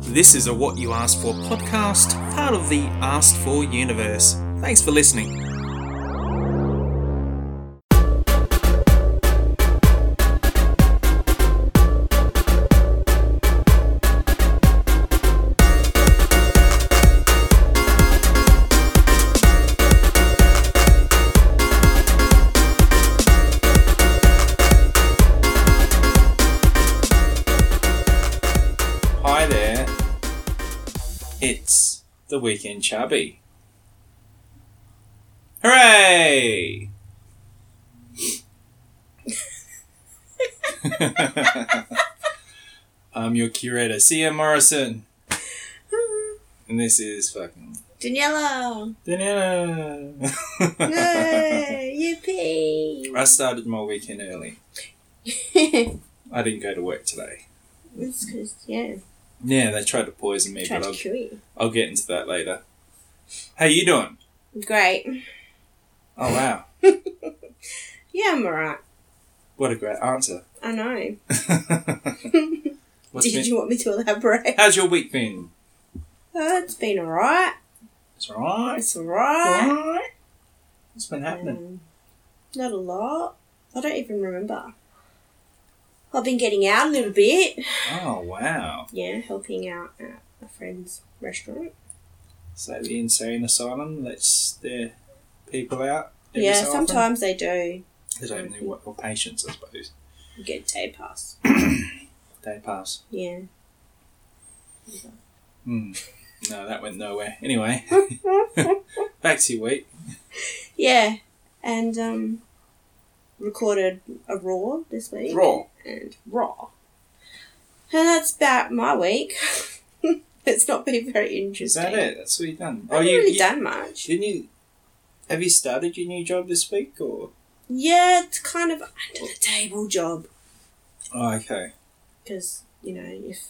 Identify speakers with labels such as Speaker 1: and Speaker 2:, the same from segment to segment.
Speaker 1: This is a What You Asked For podcast, part of the Asked For universe. Thanks for listening. Hi there. It's the Weekend Chubby. Hooray! I'm your curator, Sia Morrison, and this is fucking
Speaker 2: Daniela!
Speaker 1: Daniela.
Speaker 2: Yay! Yippee!
Speaker 1: I started my weekend early. I didn't go to work today.
Speaker 2: it's because, yeah,
Speaker 1: Yeah, they tried to poison me,
Speaker 2: tried
Speaker 1: but
Speaker 2: to
Speaker 1: I'll,
Speaker 2: kill you.
Speaker 1: I'll get into that later. How you doing?
Speaker 2: Great.
Speaker 1: Oh wow,
Speaker 2: Yeah, I'm alright.
Speaker 1: what a great answer.
Speaker 2: I know.
Speaker 1: What's
Speaker 2: Did
Speaker 1: been,
Speaker 2: you want me to elaborate?
Speaker 1: how's your week been?
Speaker 2: Oh, it's been alright.
Speaker 1: It's alright.
Speaker 2: It's alright.
Speaker 1: Alright. What's been happening?
Speaker 2: Um, not a lot. I don't even remember. I've been getting out a little bit.
Speaker 1: Oh wow.
Speaker 2: Yeah, helping out at a friend's restaurant.
Speaker 1: So the insane asylum lets their people out. every
Speaker 2: yeah,
Speaker 1: so often?
Speaker 2: sometimes they do.
Speaker 1: They don't really want your patience, I suppose.
Speaker 2: You get a day pass.
Speaker 1: Day pass.
Speaker 2: Yeah.
Speaker 1: Hmm. No, that went nowhere. Anyway, back to your week.
Speaker 2: Yeah, and um, recorded a raw this week.
Speaker 1: Raw.
Speaker 2: And raw. And that's about my week. it's not been very interesting.
Speaker 1: Is that it? Oh, That's what you've done.
Speaker 2: I haven't really done much.
Speaker 1: Didn't you? Have you started your new job this week or?
Speaker 2: Yeah, it's kind of under the table job
Speaker 1: Oh, okay.
Speaker 2: because you know if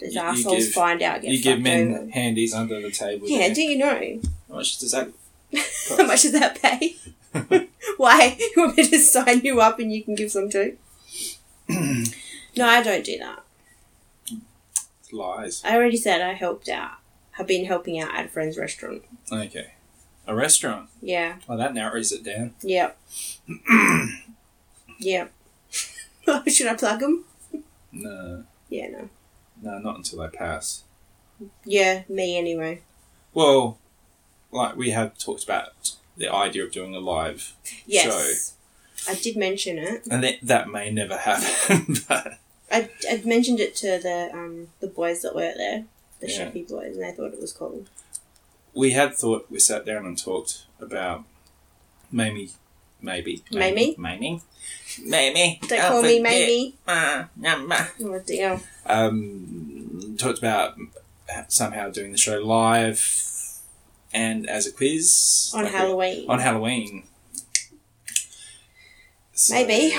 Speaker 2: those
Speaker 1: You- you
Speaker 2: assholes
Speaker 1: give-
Speaker 2: find out, get
Speaker 1: you give
Speaker 2: fucked
Speaker 1: men
Speaker 2: over.
Speaker 1: handies under the table.
Speaker 2: Yeah,
Speaker 1: there.
Speaker 2: do you know
Speaker 1: How much does that?
Speaker 2: how much does that pay? Why you want me to sign you up and you can give some too? no, I don't do that.
Speaker 1: Lies.
Speaker 2: I already said I helped out. I've been helping out at a friend's restaurant.
Speaker 1: Okay. A restaurant.
Speaker 2: Yeah.
Speaker 1: Well, that narrows it down.
Speaker 2: Yep. yep. Should I plug them?
Speaker 1: No,
Speaker 2: Yeah, no.
Speaker 1: no, not until I pass.
Speaker 2: Yeah, me anyway.
Speaker 1: Well, like we have talked about the idea of doing a live,
Speaker 2: Yes. I did mention it.
Speaker 1: and that, that may never happen. but
Speaker 2: I I mentioned it to the um the boys that work there, the
Speaker 1: Yeah.
Speaker 2: chefy boys, and they thought it was cool.
Speaker 1: we had thought we sat down and talked about maybe, maybe, maybe, maybe.
Speaker 2: Don't call me Mamie.
Speaker 1: maybe.
Speaker 2: Oh dear.
Speaker 1: um, talked about somehow doing the show live and as a quiz
Speaker 2: On
Speaker 1: like a-
Speaker 2: Halloween.
Speaker 1: on Halloween. So
Speaker 2: Maybe.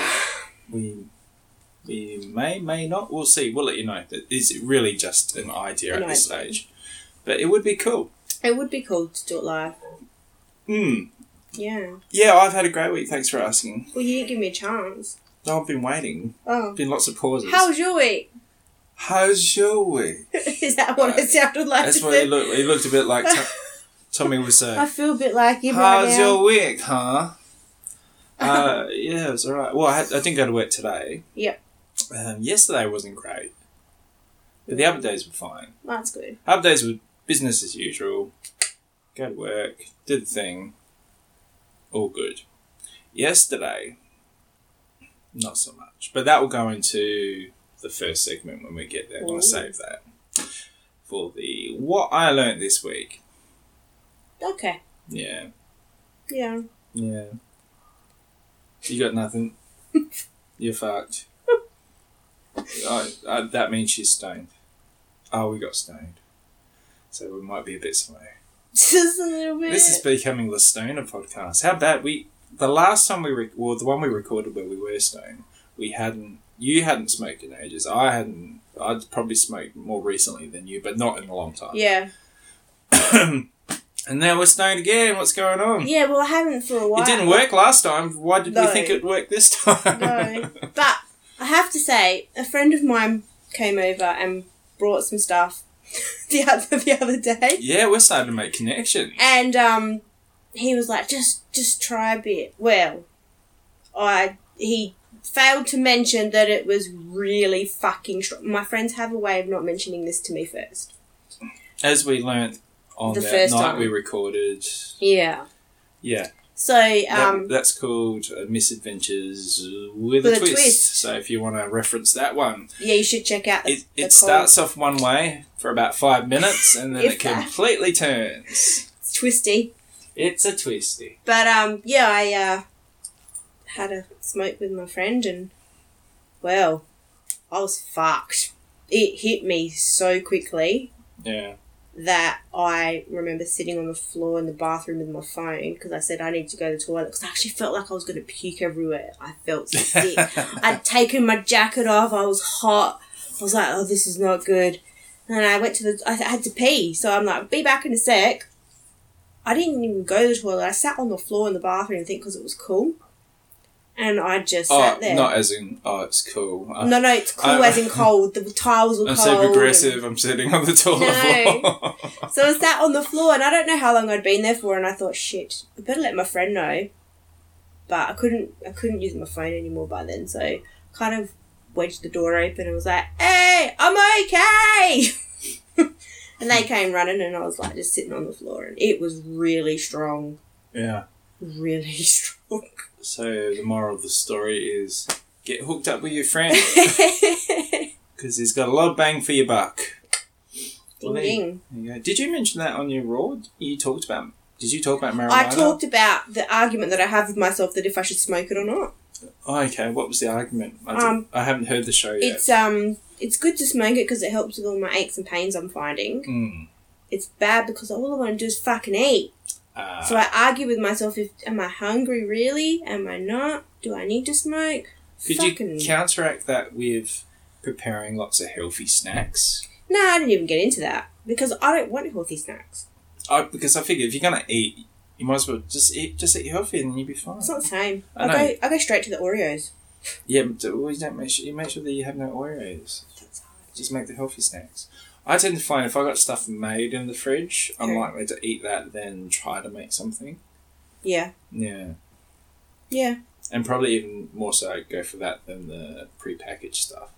Speaker 1: we we may may not. We'll see. We'll let you know. That is really just an idea
Speaker 2: An
Speaker 1: at this
Speaker 2: idea.
Speaker 1: stage, but it would be cool.
Speaker 2: It would be cool to do it live.
Speaker 1: Mm.
Speaker 2: Yeah.
Speaker 1: Yeah, I've had a great week. Thanks for asking.
Speaker 2: Well, you didn't give me a chance.
Speaker 1: I've been waiting.
Speaker 2: Oh.
Speaker 1: Been lots of pauses.
Speaker 2: How was your week?
Speaker 1: How's your week?
Speaker 2: Is that what it sounded like?
Speaker 1: That's
Speaker 2: to
Speaker 1: what
Speaker 2: say?
Speaker 1: he looked. He looked a bit like Tom- Tommy was uh,
Speaker 2: I
Speaker 1: saying.
Speaker 2: feel a bit like him right
Speaker 1: How's
Speaker 2: now.
Speaker 1: your week, huh? Uh, yeah, it was alright. Well, I, had, I didn't go to work today.
Speaker 2: Yep.
Speaker 1: Um, yesterday wasn't great, but the other days were fine.
Speaker 2: That's good.
Speaker 1: Other days were business as usual. Go to work, did the thing, all good. Yesterday, not so much, but that will go into the first segment when we get there. I'm
Speaker 2: Ooh.
Speaker 1: gonna save that for the what I learned this week.
Speaker 2: Okay.
Speaker 1: Yeah.
Speaker 2: Yeah.
Speaker 1: Yeah. You got nothing. You're fucked. I, I, that means she's stoned. Oh, we got stoned. So we might be a bit slow.
Speaker 2: Just a little bit.
Speaker 1: This is becoming the stoner podcast. How bad we. The last time we. Rec- well, the one we recorded where we were stoned, we hadn't. You hadn't smoked in ages. I hadn't. I'd probably smoked more recently than you, but not in a long time.
Speaker 2: yeah.
Speaker 1: And now we're stoned again. What's going on?
Speaker 2: Yeah, well, I haven't for a while.
Speaker 1: It didn't work last time. Why did we
Speaker 2: No.
Speaker 1: think it worked this time?
Speaker 2: No. but I have to say, a friend of mine came over and brought some stuff the other the other day,
Speaker 1: Yeah, we're starting to make connections.
Speaker 2: and um, he was like, "Just just try a bit." Well, I he failed to mention that it was really fucking strong. My friends have a way of not mentioning this to me first.
Speaker 1: As we learnt on
Speaker 2: The
Speaker 1: that
Speaker 2: first
Speaker 1: night
Speaker 2: time.
Speaker 1: we recorded.
Speaker 2: Yeah.
Speaker 1: Yeah.
Speaker 2: So
Speaker 1: that-
Speaker 2: um,
Speaker 1: that's called uh, Misadventures with, a,
Speaker 2: With a
Speaker 1: twist.
Speaker 2: Twist.
Speaker 1: So if you want to reference that one,
Speaker 2: yeah, you should check out. The,
Speaker 1: it,
Speaker 2: the
Speaker 1: it
Speaker 2: call.
Speaker 1: starts off one way for about five minutes and then
Speaker 2: If
Speaker 1: it
Speaker 2: that.
Speaker 1: completely turns.
Speaker 2: It's twisty.
Speaker 1: It's a twisty.
Speaker 2: But um, yeah, I uh, had a smoke with my friend, and well, I was fucked. It hit me so quickly
Speaker 1: Yeah.
Speaker 2: that I remember sitting on the floor in the bathroom with my phone because I said I need to go to the toilet because I actually felt like I was going to puke everywhere. I felt sick. I'd taken my jacket off. I was hot. I was like, oh, this is not good. And I went to the. I had to pee, so I'm like, be back in a sec. I didn't even go to the toilet. I sat on the floor in the bathroom, I think, because it was cool. And I just
Speaker 1: oh,
Speaker 2: sat there.
Speaker 1: not as in, oh, it's cool. I'm,
Speaker 2: no, no, it's cool
Speaker 1: I-
Speaker 2: as in cold. The tiles were
Speaker 1: I'm
Speaker 2: cold.
Speaker 1: so
Speaker 2: and-
Speaker 1: progressive. I'm sitting on the toilet
Speaker 2: No.
Speaker 1: floor.
Speaker 2: So I sat on the floor, and I don't know how long I'd been there for, and I thought, shit, I better let my friend know. But I couldn't, I couldn't use my phone anymore by then, so I kind of wedged the door open and was like, "Hey, I'm okay." and they came running, and I was like, just sitting on the floor, and it was really strong,
Speaker 1: yeah.
Speaker 2: really strong.
Speaker 1: So the moral of the story is get hooked up with your friend because he's got a lot of bang for your buck. Well, there
Speaker 2: ding ding.
Speaker 1: There you go. Did you mention that on your raw? You talked about. Did you talk about marijuana?
Speaker 2: I talked about the argument that I have with myself that if I should smoke it or not.
Speaker 1: Oh, okay. What was the argument? I,
Speaker 2: Um,
Speaker 1: didn't- I haven't heard the show yet.
Speaker 2: It's um, it's good to smoke it because it helps with all my aches and pains I'm finding.
Speaker 1: Mm.
Speaker 2: it's bad because all I want to do is fucking eat.
Speaker 1: Ah,
Speaker 2: So I argue with myself if am I hungry really? Am I not? Do I need to smoke?
Speaker 1: could
Speaker 2: fucking
Speaker 1: you counteract that with preparing lots of healthy snacks?
Speaker 2: No, I didn't even get into that because I don't want healthy snacks.
Speaker 1: I, because I figure if you're gonna eat, you might as well just eat just eat healthy and you'll be fine.
Speaker 2: It's not the same.
Speaker 1: I
Speaker 2: I,
Speaker 1: know.
Speaker 2: go I go straight to the Oreos.
Speaker 1: Yeah, but always don't make sure you make sure that you have no Oreos.
Speaker 2: That's hard.
Speaker 1: Just make the healthy snacks. I tend to find if I got stuff made in the fridge, I'm
Speaker 2: Yeah.
Speaker 1: likely to eat that than try to make something.
Speaker 2: Yeah.
Speaker 1: Yeah,
Speaker 2: Yeah.
Speaker 1: and probably even more so I'd go for that than the prepackaged stuff.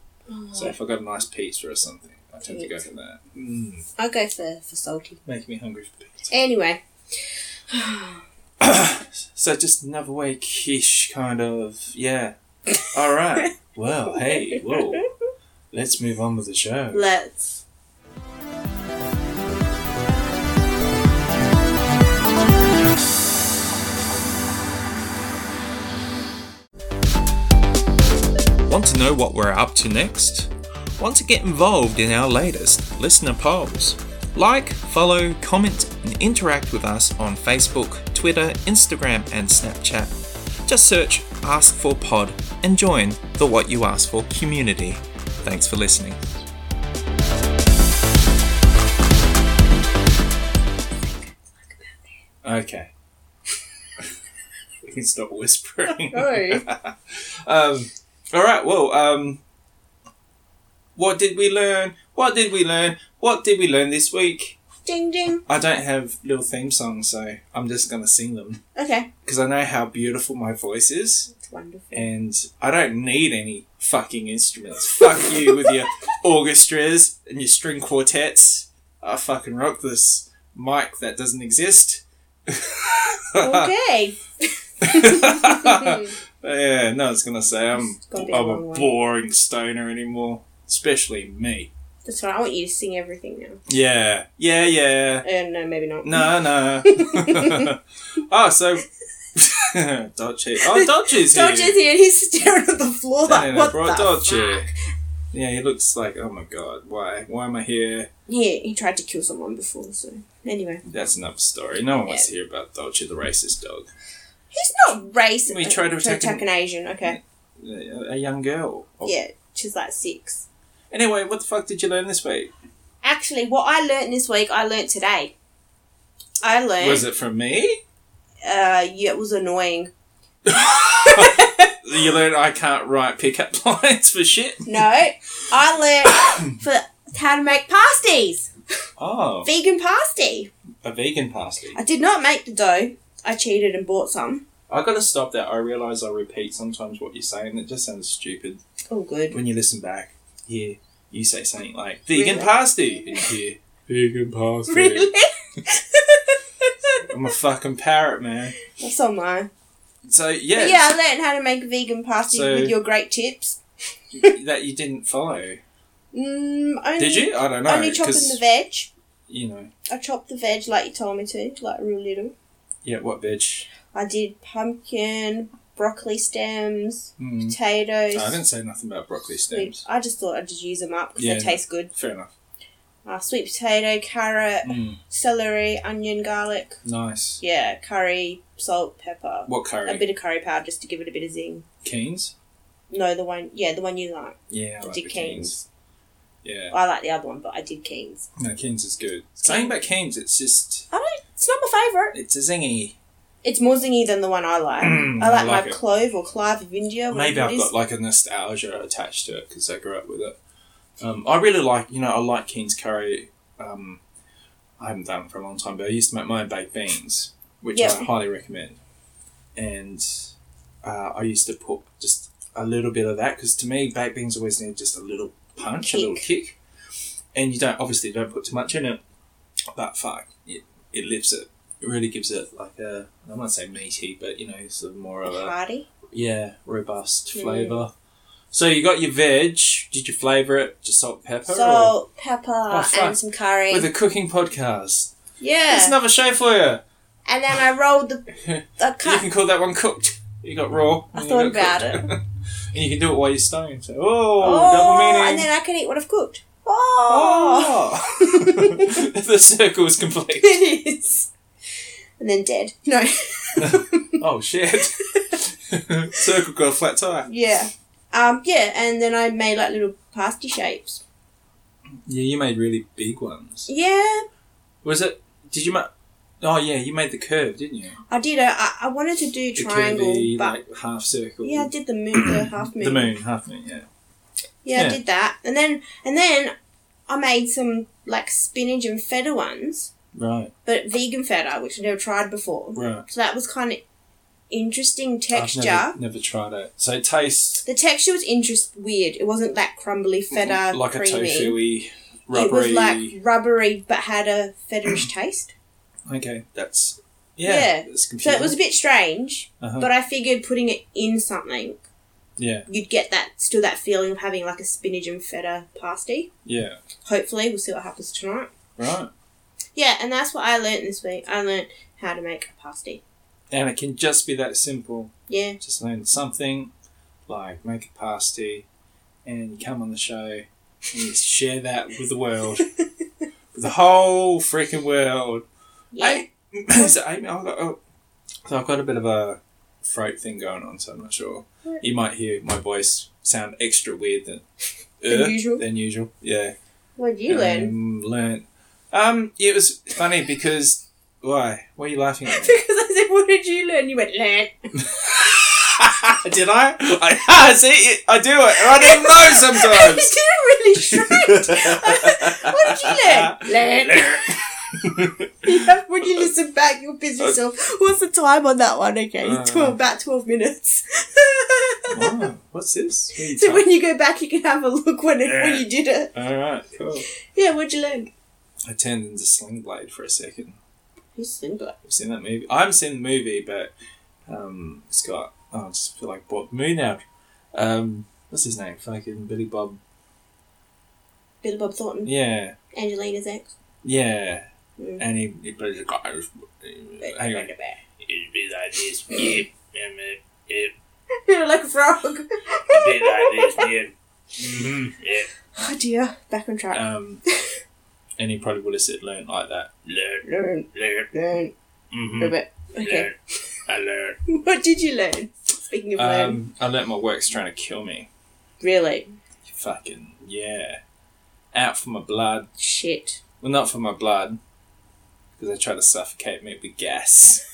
Speaker 1: So if I got a nice pizza or something, I tend to go for that. Mm,
Speaker 2: I go for, for salty.
Speaker 1: making me hungry for pizza.
Speaker 2: Anyway.
Speaker 1: So just another way quiche kind of yeah. All right. well, hey, whoa. Let's move on with the show.
Speaker 2: Let's
Speaker 1: Want to know what we're up to next? Want to get involved in our latest listener polls? Like, follow, comment, and interact with us on Facebook, Twitter, Instagram, and Snapchat. Just search Ask for Pod and join the What You Ask For community. Thanks for listening. Okay. we can stop whispering. Um, all right. Well, um, what did we learn? What did we learn? What did we learn this week?
Speaker 2: Ding ding.
Speaker 1: I don't have little theme songs, so I'm just gonna sing them
Speaker 2: Okay.
Speaker 1: because I know how beautiful my voice is,
Speaker 2: It's wonderful.
Speaker 1: and I don't need any fucking instruments. Fuck you with your orchestras and your string quartets. I fucking rock this mic that doesn't exist.
Speaker 2: Okay.
Speaker 1: yeah, no, I was gonna say I'm
Speaker 2: It's gonna be a
Speaker 1: I'm
Speaker 2: long
Speaker 1: a
Speaker 2: one.
Speaker 1: boring stoner anymore, especially me.
Speaker 2: That's right. I want you to sing everything now.
Speaker 1: Yeah, yeah, yeah.
Speaker 2: Uh, no, maybe not.
Speaker 1: No, no. oh, so Dodgy. Oh, Dodgy's here.
Speaker 2: Dodge is here and he's staring at the
Speaker 1: No,
Speaker 2: floor
Speaker 1: no,
Speaker 2: like,
Speaker 1: no,
Speaker 2: what
Speaker 1: brought
Speaker 2: the
Speaker 1: Dodge here.
Speaker 2: fuck?
Speaker 1: Yeah, he looks like oh my god, why, why am I here?
Speaker 2: Yeah, he tried to kill someone before, so. Anyway.
Speaker 1: That's another story. No one wants to hear about Dodgy, the racist dog.
Speaker 2: He's not racist.
Speaker 1: We tried to attack him. oh.
Speaker 2: an Asian, okay.
Speaker 1: A, a young girl.
Speaker 2: Yeah, she's like six.
Speaker 1: Anyway, what the fuck did you learn this week?
Speaker 2: Actually, what I learnt this week, I learnt today. I learnt.
Speaker 1: Was it from me?
Speaker 2: Uh, yeah, it was annoying.
Speaker 1: You learned I can't write pickup lines for shit.
Speaker 2: No, I learnt for how to make pasties.
Speaker 1: Oh,
Speaker 2: Vegan pasty.
Speaker 1: a vegan pasty.
Speaker 2: I did not make the dough. I cheated and bought some.
Speaker 1: I gotta stop that. I realise I repeat sometimes what you say, and it just sounds stupid.
Speaker 2: All Oh, good.
Speaker 1: When you listen back, yeah, you say something like vegan
Speaker 2: Really?
Speaker 1: pasty, and you hear vegan pasty.
Speaker 2: Really?
Speaker 1: I'm a fucking parrot, man.
Speaker 2: That's on mine.
Speaker 1: So
Speaker 2: But
Speaker 1: yeah,
Speaker 2: yeah, I learned how to make vegan pasty
Speaker 1: So-
Speaker 2: with your great tips.
Speaker 1: it's- that you didn't follow,
Speaker 2: Mm, only,
Speaker 1: did you? I don't know
Speaker 2: only chopping the
Speaker 1: because
Speaker 2: veg.
Speaker 1: you know,
Speaker 2: I chopped the veg like you told me to, like real little.
Speaker 1: yeah, what bitch?
Speaker 2: I did pumpkin, broccoli stems,
Speaker 1: Mm.
Speaker 2: potatoes.
Speaker 1: I didn't say nothing about broccoli
Speaker 2: sweet-
Speaker 1: stems.
Speaker 2: I just thought I'd just use them up because
Speaker 1: Yeah,
Speaker 2: they
Speaker 1: no.
Speaker 2: taste good.
Speaker 1: Fair enough.
Speaker 2: Uh, sweet potato, carrot,
Speaker 1: Mm.
Speaker 2: celery, onion, garlic.
Speaker 1: Nice.
Speaker 2: Yeah, curry, salt, pepper,
Speaker 1: What curry?
Speaker 2: a bit of curry powder just to give it a bit of zing.
Speaker 1: Keynes.
Speaker 2: No, the one, yeah, the one you like.
Speaker 1: Yeah, I
Speaker 2: I
Speaker 1: like
Speaker 2: did
Speaker 1: the Keynes.
Speaker 2: Keynes.
Speaker 1: Yeah,
Speaker 2: I like the other one, but I did Keen's.
Speaker 1: no, Keynes is good. Something about Keynes, it's just
Speaker 2: I don't. It's not my favourite.
Speaker 1: it's a zingy.
Speaker 2: It's more zingy than the one I like.
Speaker 1: Mm,
Speaker 2: I
Speaker 1: I
Speaker 2: like
Speaker 1: like
Speaker 2: my
Speaker 1: it.
Speaker 2: clove or clive of India.
Speaker 1: Maybe
Speaker 2: whatever it
Speaker 1: I've
Speaker 2: is.
Speaker 1: got like a nostalgia attached to it because I grew up with it. Um, I really like, you know, I like Keen's curry. Um, I haven't done it for a long time, but I used to make my own baked beans, which I
Speaker 2: Yeah.
Speaker 1: highly recommend. And uh, I used to put just a little bit of that because to me, baked beans always need just a little punch, a little kick. And you don't obviously don't put too much in it, but fuck, it, it lifts it. It really gives it like a I won't say meaty, but you know, sort of more of a
Speaker 2: Hardy.
Speaker 1: yeah, robust
Speaker 2: Mm.
Speaker 1: flavour. So you got your veg. Did you flavour it? Just salt, and pepper, or
Speaker 2: Salt, pepper,
Speaker 1: Oh, fuck.
Speaker 2: and some curry.
Speaker 1: with a cooking podcast? It's
Speaker 2: yeah.
Speaker 1: another show for you.
Speaker 2: and then I rolled the. I
Speaker 1: You
Speaker 2: cut.
Speaker 1: can call that one cooked. You got raw.
Speaker 2: I
Speaker 1: and you
Speaker 2: thought
Speaker 1: got
Speaker 2: about
Speaker 1: cooked. and you can do it while you're stoned. So, oh, double
Speaker 2: oh,
Speaker 1: meaning.
Speaker 2: and then I can eat what I've cooked. Oh,
Speaker 1: oh, the circle is complete.
Speaker 2: it is. And then dead. No.
Speaker 1: Oh shit! circle got a flat tire.
Speaker 2: yeah. Um. Yeah. And then I made like little pasty shapes.
Speaker 1: Yeah, you made really big ones.
Speaker 2: Yeah.
Speaker 1: Was it? Did you make? Oh yeah, you made the curve, didn't you?
Speaker 2: I did. A, I, I wanted to do
Speaker 1: The
Speaker 2: triangle,
Speaker 1: curvy,
Speaker 2: but
Speaker 1: like half circle.
Speaker 2: yeah, I did the moon, the half moon.
Speaker 1: The moon, half moon, yeah.
Speaker 2: Yeah,
Speaker 1: Yeah.
Speaker 2: I did that, and then and then I made some like spinach and feta ones,
Speaker 1: Right,
Speaker 2: but vegan feta, which I never tried before.
Speaker 1: right.
Speaker 2: So that was kind of interesting texture.
Speaker 1: I've never, never tried it. So it tastes
Speaker 2: The texture was interest weird. It wasn't that crumbly feta
Speaker 1: like
Speaker 2: Uh, creamy.
Speaker 1: a tofu rubbery.
Speaker 2: It was like rubbery, but had a fetaish taste.
Speaker 1: okay, that's yeah.
Speaker 2: Yeah.
Speaker 1: That's
Speaker 2: So
Speaker 1: confusing.
Speaker 2: it was a bit strange,
Speaker 1: Uh-huh.
Speaker 2: but I figured putting it in something,
Speaker 1: yeah,
Speaker 2: you'd get that still that feeling of having like a spinach and feta pasty.
Speaker 1: yeah,
Speaker 2: Hopefully, we'll see what happens tonight.
Speaker 1: right.
Speaker 2: Yeah, and that's what I learnt this week. I learnt how to make a pasty.
Speaker 1: And it can just be that simple.
Speaker 2: Yeah,
Speaker 1: Just learn something, like make a pasty, and you come on the show and you share that with the world, with the whole freaking world.
Speaker 2: yeah.
Speaker 1: I- so Amy, I've got, oh, so I've got a bit of a throat thing going on, so I'm not sure.
Speaker 2: Right.
Speaker 1: You might hear my voice sound extra weird than,
Speaker 2: Than
Speaker 1: Uh,
Speaker 2: usual?
Speaker 1: Than usual, yeah.
Speaker 2: What'd you learn?
Speaker 1: Um, learn. Um, it was funny because why? Why are you laughing at me?
Speaker 2: because I said, "What did you learn?" You went, "Learn."
Speaker 1: Did I? I see. It, I do it, and I don't know
Speaker 2: I
Speaker 1: sometimes.
Speaker 2: did really straight. what did you learn? Learn. Yeah, when you listen back, you'll piss yourself. What's the time on that one? Okay,
Speaker 1: Uh.
Speaker 2: 12, about 12 minutes.
Speaker 1: Wow, what's this? What are you
Speaker 2: so
Speaker 1: talking-
Speaker 2: when you go back, you can have a look when, it, when you did it.
Speaker 1: All right, cool.
Speaker 2: Yeah, what'd you learn?
Speaker 1: I turned into Sling Blade for a second.
Speaker 2: Who's Sindler?
Speaker 1: I've seen that movie. I haven't seen the movie, but um, it's got. Oh, I just feel like Bob Moon out. Um, what's his name? Fucking Billy Bob.
Speaker 2: Billy Bob Thornton.
Speaker 1: Yeah,
Speaker 2: Angelina's ex.
Speaker 1: yeah.
Speaker 2: Mm.
Speaker 1: And he, he plays a guy. who's- Hang on. It'd be like this. Yeah, yeah,
Speaker 2: You're like a frog.
Speaker 1: yeah. Mhm, yeah.
Speaker 2: Oh dear, back on track.
Speaker 1: Um, and he probably would have said learn like that. Learn,
Speaker 2: learn,
Speaker 1: learn,
Speaker 2: learn,
Speaker 1: mm-hmm,
Speaker 2: Robert. Okay.
Speaker 1: learn. I learn.
Speaker 2: What did you learn? Speaking of learn,
Speaker 1: Um, I learnt my work's trying to kill me.
Speaker 2: really?
Speaker 1: Fucking yeah. Out for my blood.
Speaker 2: Shit.
Speaker 1: Well, not for my blood, because they try to suffocate me with gas.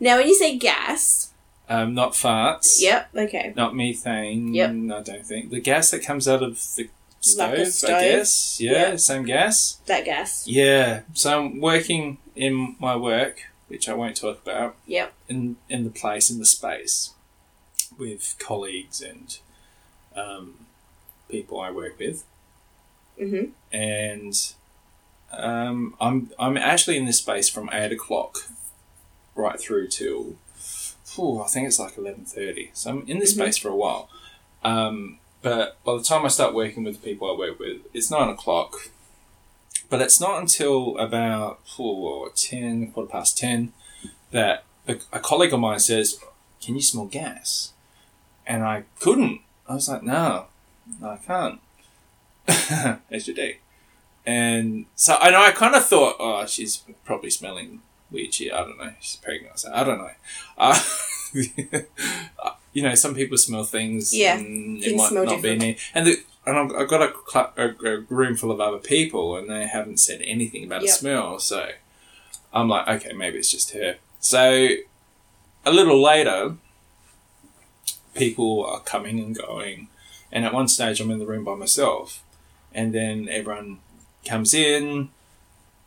Speaker 2: Now, when you say gas,
Speaker 1: um, not farts.
Speaker 2: yep, okay.
Speaker 1: Not methane.
Speaker 2: Yep.
Speaker 1: I don't think the gas that comes out of the stove,
Speaker 2: Like a
Speaker 1: I
Speaker 2: stove.
Speaker 1: guess. Yeah,
Speaker 2: Yeah.
Speaker 1: same gas.
Speaker 2: That gas.
Speaker 1: Yeah. So I'm working in my work, which I won't talk about,
Speaker 2: Yep.
Speaker 1: in, in the place, in the space, with colleagues and um, people I work with.
Speaker 2: Mm-hmm.
Speaker 1: and um, I'm I'm actually in this space from eight o'clock right through till phew, I think it's like eleven thirty. So I'm in this
Speaker 2: Mhm.
Speaker 1: space for a while. Um, but by the time I start working with the people I work with, it's nine o'clock. But it's not until about phew, ten, quarter past ten, that a, a colleague of mine says, "Can you smell gas?" And I couldn't. I was like, "No, I can't." As your day. And so, and I kind of thought, oh, she's probably smelling weird shit. I don't know. She's pregnant. or something. I don't know. Uh, you know, some people smell things.
Speaker 2: Yeah,
Speaker 1: And it
Speaker 2: things
Speaker 1: might
Speaker 2: smell
Speaker 1: not
Speaker 2: different.
Speaker 1: be me. And the, and I've- I've got a, cl- a, a room full of other people, and they haven't said anything about a
Speaker 2: Yep.
Speaker 1: smell. So I'm like, okay, maybe it's just her. So a little later, people are coming and going, and at one stage, I'm in the room by myself, and then everyone comes in,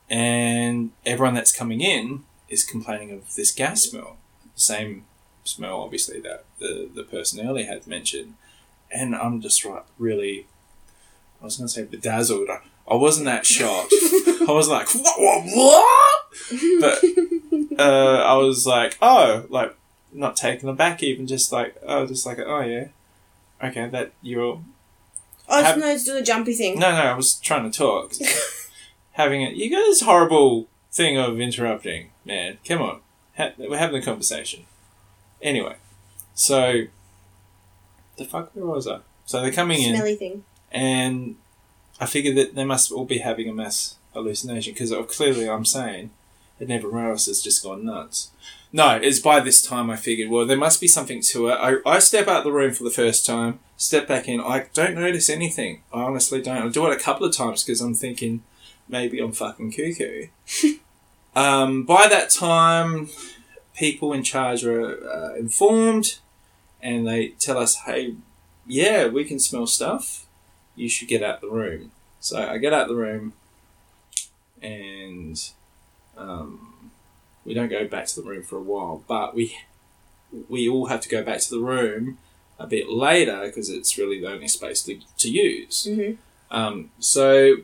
Speaker 1: and everyone that's coming in is complaining of this gas smell, the same smell, obviously, that the, the person earlier had mentioned. And I'm just right, really, I was going to say bedazzled. I, I wasn't that shocked. I was like, what, what, what? But uh, I was like, oh, like not taken aback, even just like, oh, just like, oh yeah, okay, that you're
Speaker 2: Oh,
Speaker 1: Have-
Speaker 2: it's no, it's doing a jumpy thing.
Speaker 1: no, no, I was trying to talk, having it. You got this horrible thing of interrupting, man. Come on, ha- we're having a conversation. Anyway, so the fuck where was I? So they're coming in
Speaker 2: Smelly thing.
Speaker 1: and I figured that they must all be having a mass hallucination because clearly I'm saying that everyone else has just gone nuts. No, it's by this time I figured, well, there must be something to it. I, I step out the room for the first time, step back in. I don't notice anything. I honestly don't. I do it a couple of times because I'm thinking maybe I'm fucking cuckoo. um, by that time, people in charge are uh, informed and they tell us, hey, yeah, we can smell stuff you should get out the room. So I get out the room, and um, we don't go back to the room for a while, but we we all have to go back to the room a bit later because it's really the only space to, to use.
Speaker 2: Mm-hmm.
Speaker 1: Um, so,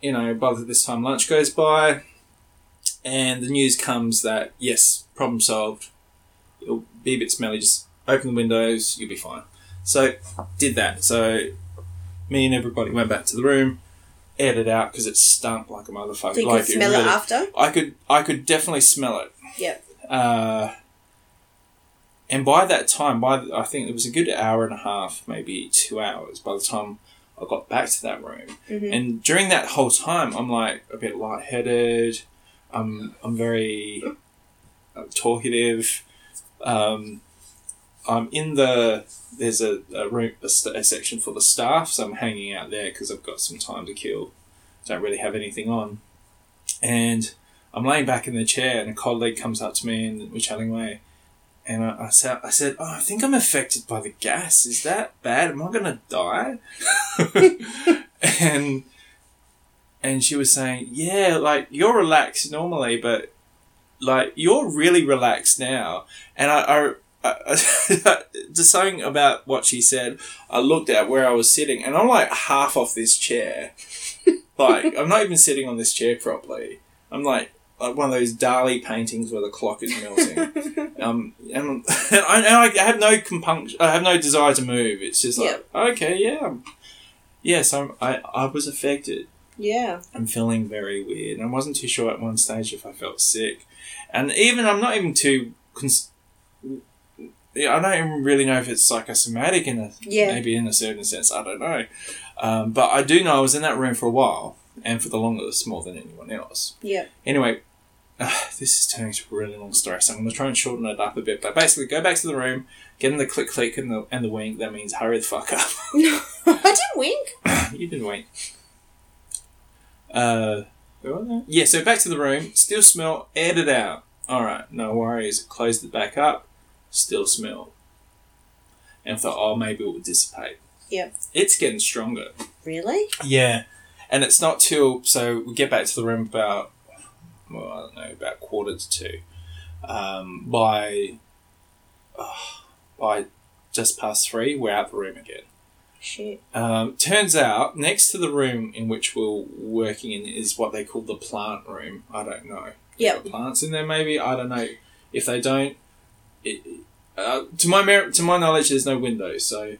Speaker 1: you know, by this time lunch goes by, and the news comes that yes, problem solved. It'll be a bit smelly. Just open the windows, you'll be fine. So, did that. So, me and everybody went back to the room, aired it out because it stunk like a motherfucker.
Speaker 2: So you
Speaker 1: like
Speaker 2: can smell
Speaker 1: really-
Speaker 2: it after.
Speaker 1: I could, I could definitely smell it.
Speaker 2: Yep.
Speaker 1: Uh, and by that time, by the, I think it was a good hour and a half, maybe two hours. By the time I got back to that room,
Speaker 2: Mhm.
Speaker 1: and during that whole time, I'm like a bit lightheaded. I'm I'm very uh, talkative. Um, I'm in the there's a a, room, a, st- a section for the staff, so I'm hanging out there because I've got some time to kill. Don't really have anything on, and I'm laying back in the chair, and a colleague comes up to me, and we're chatting away. And I, I said, I said, oh, I think I'm affected by the gas. Is that bad? Am I gonna die? and and she was saying, yeah, like you're relaxed normally, but like you're really relaxed now. And I, I, I just something about what she said. I looked at where I was sitting, and I'm like half off this chair. like I'm not even sitting on this chair properly. I'm like like one of those Dali paintings where the clock is melting. um, and, and, I, and I have no compunction. I have no desire to move. It's just like okay, yeah, I'm- yes, I'm. I, I was affected.
Speaker 2: yeah.
Speaker 1: I'm feeling very weird. And I wasn't too sure at one stage if I felt sick. And even, I'm not even too. Cons- yeah, I don't even really know if it's psychosomatic in a.
Speaker 2: Yeah.
Speaker 1: Maybe in a certain sense, I don't know. Um, but I do know I was in that room for a while and for the longest more than anyone else.
Speaker 2: Yep.
Speaker 1: Anyway, this is turning to a really long story, so I'm going to try and shorten it up a bit. But basically, go back to the room, get in the click click and the, and the wink. That means hurry the fuck up.
Speaker 2: No, I didn't wink.
Speaker 1: you didn't wait. Uh, where was I? yeah, so back to the room. Still smell. Aired it out. All right, no worries. Closed it back up. Still smell. And thought, oh, maybe it will dissipate.
Speaker 2: Yep.
Speaker 1: It's getting stronger.
Speaker 2: Really?
Speaker 1: Yeah, and it's not till so we get back to the room about well, I don't know, about quarter to two. Um, by oh, by just past three, we're out the room again.
Speaker 2: Shit.
Speaker 1: Um, turns out, next to the room in which we're working in is what they call the plant room. I don't know.
Speaker 2: Yep.
Speaker 1: There are plants in there, maybe. I don't know. If they don't, it, uh, to my mer- to my knowledge, there's no windows. So i-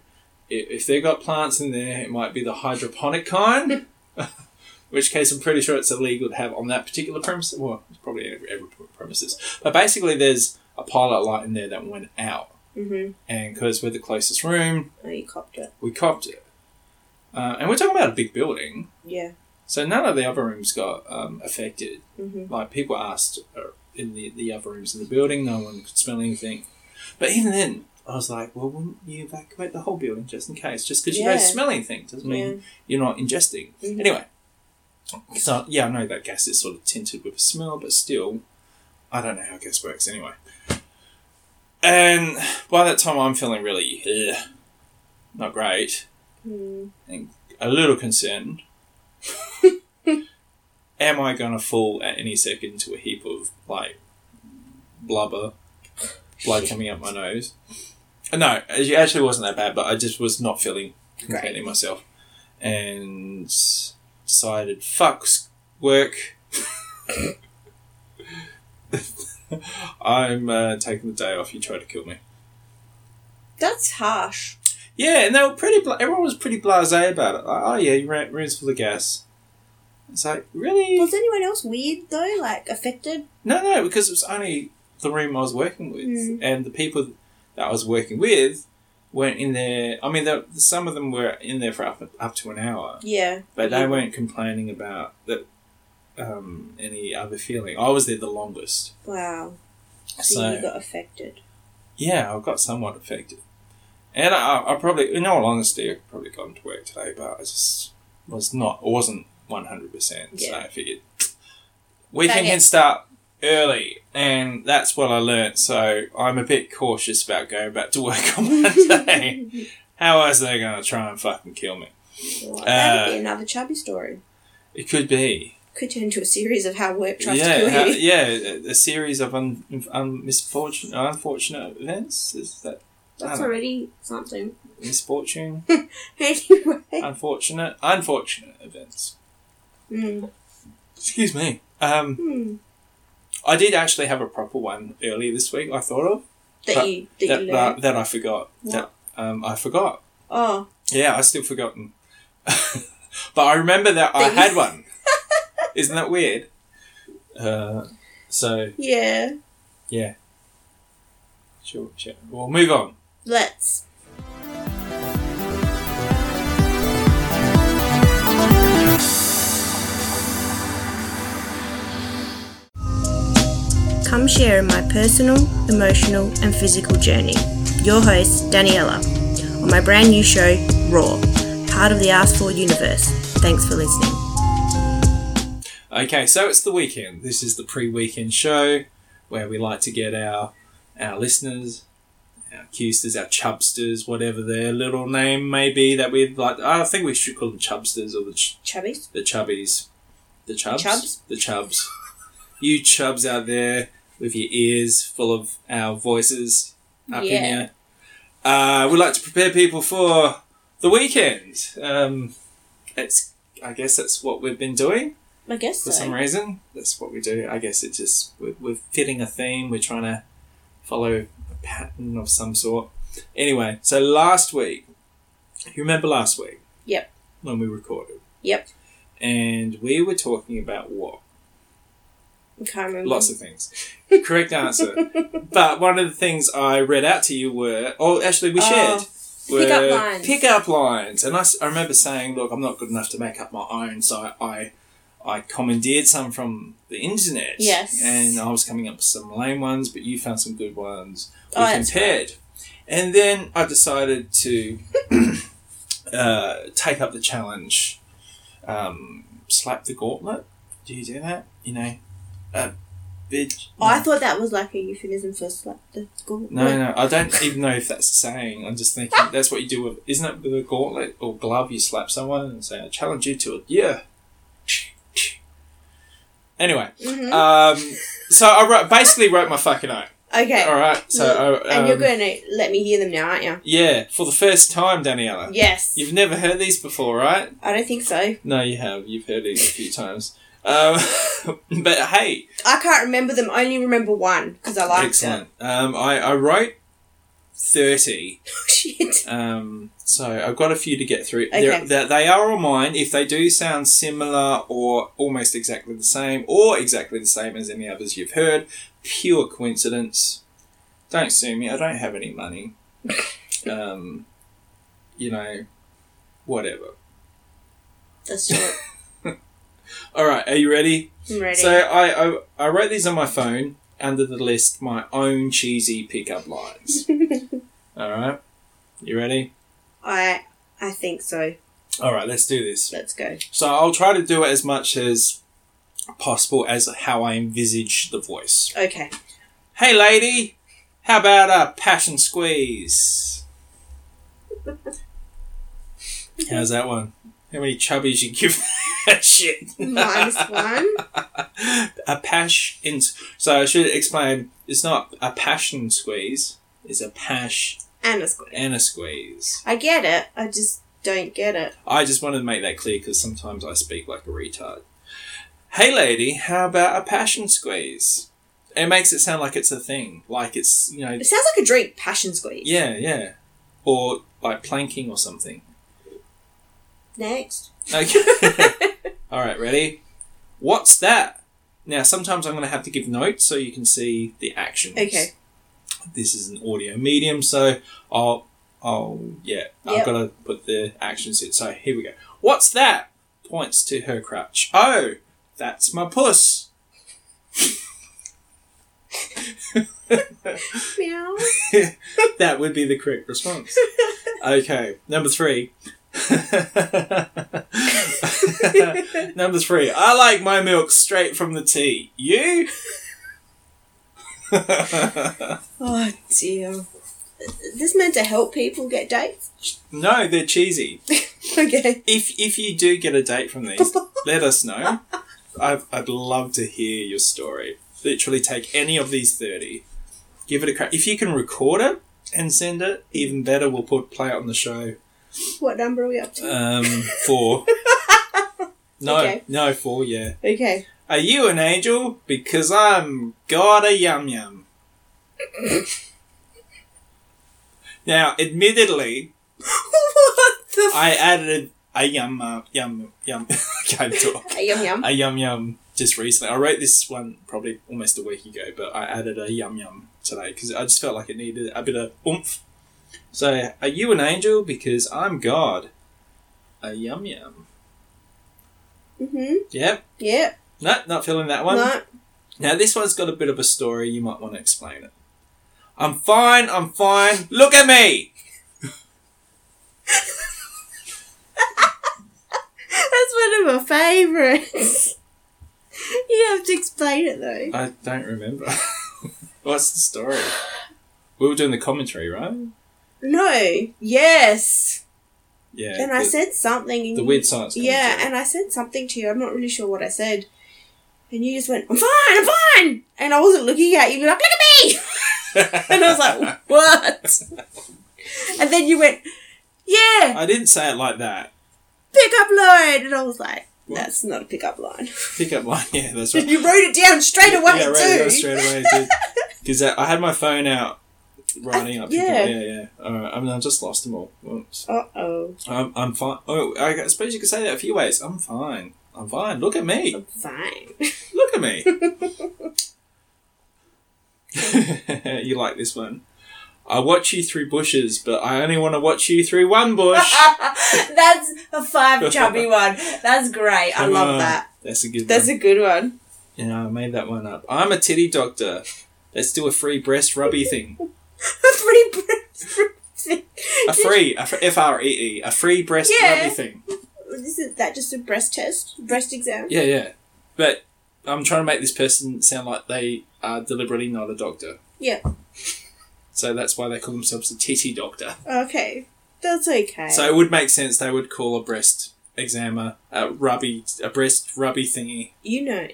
Speaker 1: if they've got plants in there, it might be the hydroponic kind. in which case, I'm pretty sure it's illegal to have on that particular premise. Well, it's probably every, every premises. But basically, there's a pilot light in there that went out,
Speaker 2: Mm-hmm.
Speaker 1: and because we're the closest room,
Speaker 2: Oh, you copped it.
Speaker 1: we copped it. Uh, and we're talking about a big building,
Speaker 2: Yeah.
Speaker 1: so none of the other rooms got um, affected.
Speaker 2: Mm-hmm.
Speaker 1: Like people asked uh, in the, the other rooms in the building, no one could smell anything. But even then, I was like, well, wouldn't you evacuate the whole building just in case? Just because you
Speaker 2: Yeah.
Speaker 1: don't smell anything doesn't mean you're not ingesting.
Speaker 2: Mhm.
Speaker 1: Anyway, so yeah, I know that gas is sort of tinted with a smell, but still, I don't know how gas works anyway. And by that time, I'm feeling really eh, not great
Speaker 2: Yeah. Mm.
Speaker 1: a little concerned. Am I going to fall at any second into a heap of like blubber, blood coming up my nose? No, it actually wasn't that bad, but I just was not feeling completely myself, and decided fuck s- work. I'm uh, taking the day off. You try to kill me.
Speaker 2: That's harsh.
Speaker 1: Yeah, and they were pretty. Bla- everyone was pretty blasé about it. Like, oh yeah, you ran rooms full of gas. It's like really
Speaker 2: Was anyone else weird though? Like affected?
Speaker 1: no, no, because it was only the room I was working with,
Speaker 2: Mm.
Speaker 1: and the people that I was working with weren't in there. I mean, there, some of them were in there for up, up to an hour,
Speaker 2: Yeah.
Speaker 1: but they
Speaker 2: Yeah.
Speaker 1: weren't complaining about that um, any other feeling. I was there the longest,
Speaker 2: Wow. So,
Speaker 1: so
Speaker 2: you got affected.
Speaker 1: yeah, I got somewhat affected. And I, I probably, in all honesty, I could probably gone to work today, but I just was not, wasn't 100%. So
Speaker 2: Yeah.
Speaker 1: I figured weekend
Speaker 2: Bang
Speaker 1: can
Speaker 2: it.
Speaker 1: start early, and that's what I learnt. So I'm a bit cautious about going back to work on Monday. How else are they going to try and fucking kill me?
Speaker 2: Well, that'd
Speaker 1: Uh,
Speaker 2: be another chubby story.
Speaker 1: It could be.
Speaker 2: Could turn into a series of how work tries
Speaker 1: yeah,
Speaker 2: to kill
Speaker 1: how-
Speaker 2: you.
Speaker 1: yeah, a- a series of un, un, misfortune, unfortunate events. Is that
Speaker 2: That's
Speaker 1: I don't know.
Speaker 2: already something.
Speaker 1: misfortune?
Speaker 2: anyway.
Speaker 1: unfortunate, unfortunate events.
Speaker 2: Mm.
Speaker 1: Excuse me. Um,
Speaker 2: Hmm.
Speaker 1: I did actually have a proper one earlier this week. I thought of
Speaker 2: That
Speaker 1: But
Speaker 2: you
Speaker 1: that
Speaker 2: that, you learn.
Speaker 1: that, that I forgot.
Speaker 2: What?
Speaker 1: That um, I forgot.
Speaker 2: oh,
Speaker 1: Yeah, I still forgotten. but I remember that I
Speaker 2: That you-
Speaker 1: had one. Isn't that weird? Uh, so
Speaker 2: yeah.
Speaker 1: sure, sure. We'll move on.
Speaker 2: Let's. Come share in my personal, emotional, and physical journey. Your host, Daniela, on my brand new show, Raw, part of the Ask For universe. Thanks for listening.
Speaker 1: Okay, so it's the weekend. This is the pre-weekend show where we like to get our our listeners, our custers, our chubsters, whatever their little name may be that we'd like. I think we should call them chubsters or the ch-
Speaker 2: Chubbies?
Speaker 1: the chubbies, the chubs,
Speaker 2: Chubs?
Speaker 1: the chubs. You chubs out there with your ears full of our voices up
Speaker 2: Yeah.
Speaker 1: in here. Uh, we like to prepare people for the weekend. Um, it's I guess that's what we've been doing
Speaker 2: I guess
Speaker 1: for some
Speaker 2: so.
Speaker 1: reason. That's what we do. I guess it just we're, we're fitting a theme. We're trying to follow a pattern of some sort. Anyway, so last week, you remember last week?
Speaker 2: Yep.
Speaker 1: When we recorded.
Speaker 2: Yep.
Speaker 1: And we were talking about what?
Speaker 2: I can't remember.
Speaker 1: Lots of things. Correct answer. but one of the things I read out to you were, oh, actually, we
Speaker 2: Oh,
Speaker 1: shared. were
Speaker 2: pick-up lines.
Speaker 1: Pick-up lines. And I, s- I remember saying, look, I'm not good enough to make up my own, so I, I commandeered some from the internet.
Speaker 2: Yes.
Speaker 1: And I was coming up with some lame ones, but you found some good ones. We
Speaker 2: Oh, that's
Speaker 1: compared. And then I decided to uh, take up the challenge, um, slap the gauntlet. Do you do that? You know, uh, bitch.
Speaker 2: I thought that was like a euphemism for like the gauntlet.
Speaker 1: No, no, I don't even know if that's a saying. I'm just thinking that's what you do with, isn't it with a gauntlet or glove? You slap someone and say, I challenge you to it. Yeah. Anyway,
Speaker 2: Mhm.
Speaker 1: um, so I wrote, basically wrote my fucking own.
Speaker 2: okay.
Speaker 1: All right, so. I,
Speaker 2: and you're
Speaker 1: um,
Speaker 2: going to let me hear them now, aren't you?
Speaker 1: yeah, for the first time, Daniela.
Speaker 2: Yes.
Speaker 1: You've never heard these before, right?
Speaker 2: I don't think so.
Speaker 1: No, you have. You've heard these a few times. Um, but hey,
Speaker 2: I can't remember them. Only remember one because I liked
Speaker 1: excellent. Um, I, I wrote 30
Speaker 2: it. Oh, shit.
Speaker 1: Um, so I've got a few to get through.
Speaker 2: Okay.
Speaker 1: They're- They're, they are all mine. If they do sound similar or almost exactly the same, or exactly the same as any others you've heard, pure coincidence. Don't sue me. I don't have any money. um, you know, whatever.
Speaker 2: That's short.
Speaker 1: All right. Are you ready?
Speaker 2: I'm ready.
Speaker 1: So I, I I wrote these on my phone under the list my own cheesy pickup lines. all right. You ready?
Speaker 2: I I think so.
Speaker 1: All right. Let's do this.
Speaker 2: Let's go.
Speaker 1: So I'll try to do it as much as possible as how I envisage the voice.
Speaker 2: Okay.
Speaker 1: Hey, lady, how about a passion squeeze? How's that one? How many chubbies you give that shit?
Speaker 2: Minus one.
Speaker 1: a passion. So I should explain. It's not a passion squeeze. It's a pash
Speaker 2: And a square.
Speaker 1: and a squeeze.
Speaker 2: I get it. I just don't get it.
Speaker 1: I just wanted to make that clear because sometimes I speak like a retard. Hey, lady, how about a passion squeeze? It makes it sound like it's a thing, like it's you know,
Speaker 2: It sounds like a drink. Passion squeeze.
Speaker 1: yeah, yeah, or like planking or something.
Speaker 2: Next.
Speaker 1: Okay. All right, ready? What's that? Now, sometimes I'm going to have to give notes so you can see the actions.
Speaker 2: Okay.
Speaker 1: This is an audio medium, so I'll, I'll yeah, I've
Speaker 2: Yep.
Speaker 1: got to put the actions in. So here we go. What's that? Points to her crutch. Oh, that's my puss.
Speaker 2: Meow.
Speaker 1: That would be the correct response. Okay, number three. number three. I like my milk straight from the tea. You?
Speaker 2: Oh dear. Is this meant to help people get dates?
Speaker 1: no, they're cheesy.
Speaker 2: Okay.
Speaker 1: If if you do get a date from these, let us know. I've, I'd love to hear your story. Literally, take any of these thirty, give it a crack. If you can record it and send it, even better. We'll put play it on the show.
Speaker 2: What number are we up to?
Speaker 1: Um, four. No,
Speaker 2: Okay.
Speaker 1: no, four. Yeah.
Speaker 2: Okay.
Speaker 1: Are you an angel? Because I'm God a Yum Yum. now, admittedly,
Speaker 2: what the
Speaker 1: I added a yum uh, yum yum. can't talk.
Speaker 2: f- Yum yum.
Speaker 1: A yum yum just recently. I wrote this one probably almost a week ago, but I added a yum yum today because I just felt like it needed a bit of oomph. So, are you an angel? Because I'm God. A yum yum.
Speaker 2: Mm-hmm.
Speaker 1: Yep.
Speaker 2: Yep.
Speaker 1: No, not feeling that one.
Speaker 2: No.
Speaker 1: Now, this one's got a bit of a story. You might want to explain it. I'm fine. I'm fine. Look at me.
Speaker 2: That's one of my favourites. you have to explain it though.
Speaker 1: I don't remember. What's the story? We were doing the commentary, right?
Speaker 2: No. Yes.
Speaker 1: Yeah.
Speaker 2: And
Speaker 1: the,
Speaker 2: I said something. And
Speaker 1: the
Speaker 2: you-
Speaker 1: weird science. Commentary.
Speaker 2: Yeah, and I said something to you. I'm not really sure what I said. And you just went, I'm fine, I'm fine. And I wasn't looking at you. You're like, look at me. And I was like, what? and then you went, yeah,
Speaker 1: I didn't say it like that.
Speaker 2: pickup line. And I was like, that's not a pickup line.
Speaker 1: Pick up line. Yeah, that's right.
Speaker 2: you wrote it down straight away,
Speaker 1: yeah, right,
Speaker 2: too.
Speaker 1: yeah, straight away, Because I, I had my phone out, writing up.
Speaker 2: yeah.
Speaker 1: Yeah, yeah. yeah. All right. I mean, I just lost them all. Whoops.
Speaker 2: Uh oh.
Speaker 1: I'm, I'm fine. Oh, I suppose you could say that a few ways. I'm fine. I'm fine. Look at me.
Speaker 2: I'm fine.
Speaker 1: Look at me. you like this one. I watch you through bushes, but I only want to watch you through one bush.
Speaker 2: that's a five chubby one. That's great. I
Speaker 1: Come
Speaker 2: love
Speaker 1: on.
Speaker 2: that.
Speaker 1: That's a good
Speaker 2: That's
Speaker 1: one.
Speaker 2: a good one.
Speaker 1: yeah, I made that one up. I'm a titty doctor. Let's do a free breast rubby thing.
Speaker 2: Three breaths.
Speaker 1: A free, a fr- F-R-E-E, E, a free breast
Speaker 2: Yeah.
Speaker 1: rubby thing.
Speaker 2: Isn't that just a breast test? Breast exam?
Speaker 1: Yeah, yeah. But I'm trying to make this person sound like they are deliberately not a doctor.
Speaker 2: Yeah.
Speaker 1: So that's why they call themselves a titty doctor.
Speaker 2: Okay. That's okay.
Speaker 1: So it would make sense they would call a breast examiner a rubby a breast rubby thingy.
Speaker 2: you know,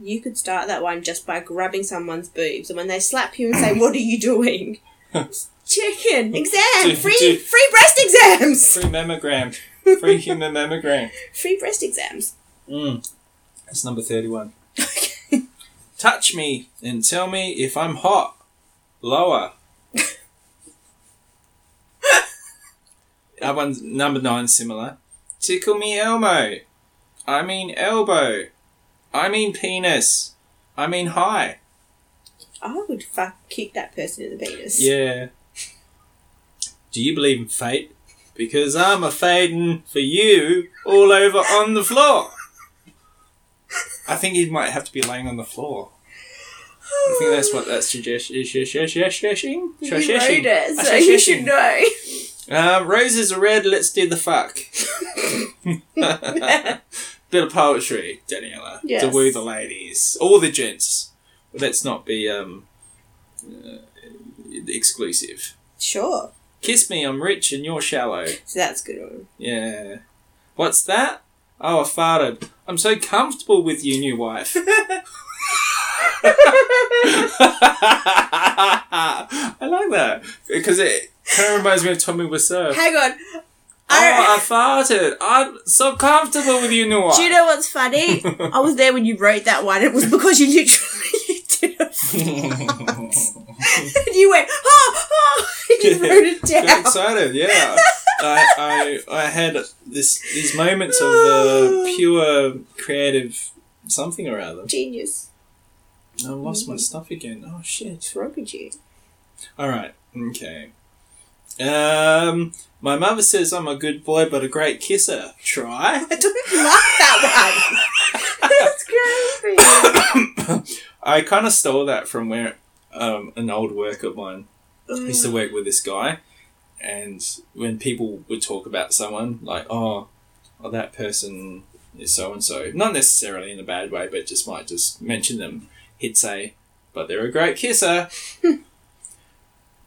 Speaker 2: you could start that one just by grabbing someone's boobs, and when they slap you and say, "What are you doing?" Chicken exam,
Speaker 1: Do-
Speaker 2: free
Speaker 1: do-
Speaker 2: free breast exams,
Speaker 1: Free mammogram. Free human mammogram.
Speaker 2: free breast exams.
Speaker 1: Mm. That's number 31. Touch me and tell me if I'm hot. Lower. that one's number nine, similar. Tickle me Elmo. I mean elbow. I mean penis. I mean high.
Speaker 2: I would fuck kick that person in the penis.
Speaker 1: Yeah. Do you believe in fate? Because I'm a fading for you all over on the floor. I think he might have to be laying on the floor. I think that's what that's suggest- is shush- shush- shush- shushing.
Speaker 2: You
Speaker 1: Shush-
Speaker 2: wrote
Speaker 1: shushing.
Speaker 2: it,
Speaker 1: Ah,
Speaker 2: so
Speaker 1: shush-
Speaker 2: you
Speaker 1: shushing.
Speaker 2: should know.
Speaker 1: Um, roses are red. Let's do the fuck. Bit of poetry, Daniela.
Speaker 2: Yes.
Speaker 1: To woo the ladies, all the gents. Let's not be um, uh, exclusive.
Speaker 2: Sure.
Speaker 1: Kiss me, I'm rich and you're shallow.
Speaker 2: So that's a good one.
Speaker 1: Yeah. What's that? Oh, I farted. I'm so comfortable with you, new wife. I like that because it kind of reminds me of Tommy Wiseau.
Speaker 2: Hang on.
Speaker 1: Oh, I
Speaker 2: I
Speaker 1: farted. I'm so comfortable with you, new wife.
Speaker 2: do you know what's funny? I was there when you wrote that one. It was because you literally did a and you went, oh, oh, and you
Speaker 1: Yeah.
Speaker 2: wrote it
Speaker 1: Got
Speaker 2: down.
Speaker 1: excited, yeah. I, I I had this these moments of uh, pure creative something or other.
Speaker 2: Genius.
Speaker 1: I lost my stuff again. Oh shit!
Speaker 2: What's wrong with you?
Speaker 1: All right, okay. Um, my mother says I'm a good boy but a great kisser. Try.
Speaker 2: I don't like that one. That's crazy.
Speaker 1: I kind of stole that from where um, an old work of mine. I used to work with this guy, and when people would talk about someone, like, oh, oh that person is so and so, not necessarily in a bad way, but just might just mention them, he'd say, but they're a great kisser.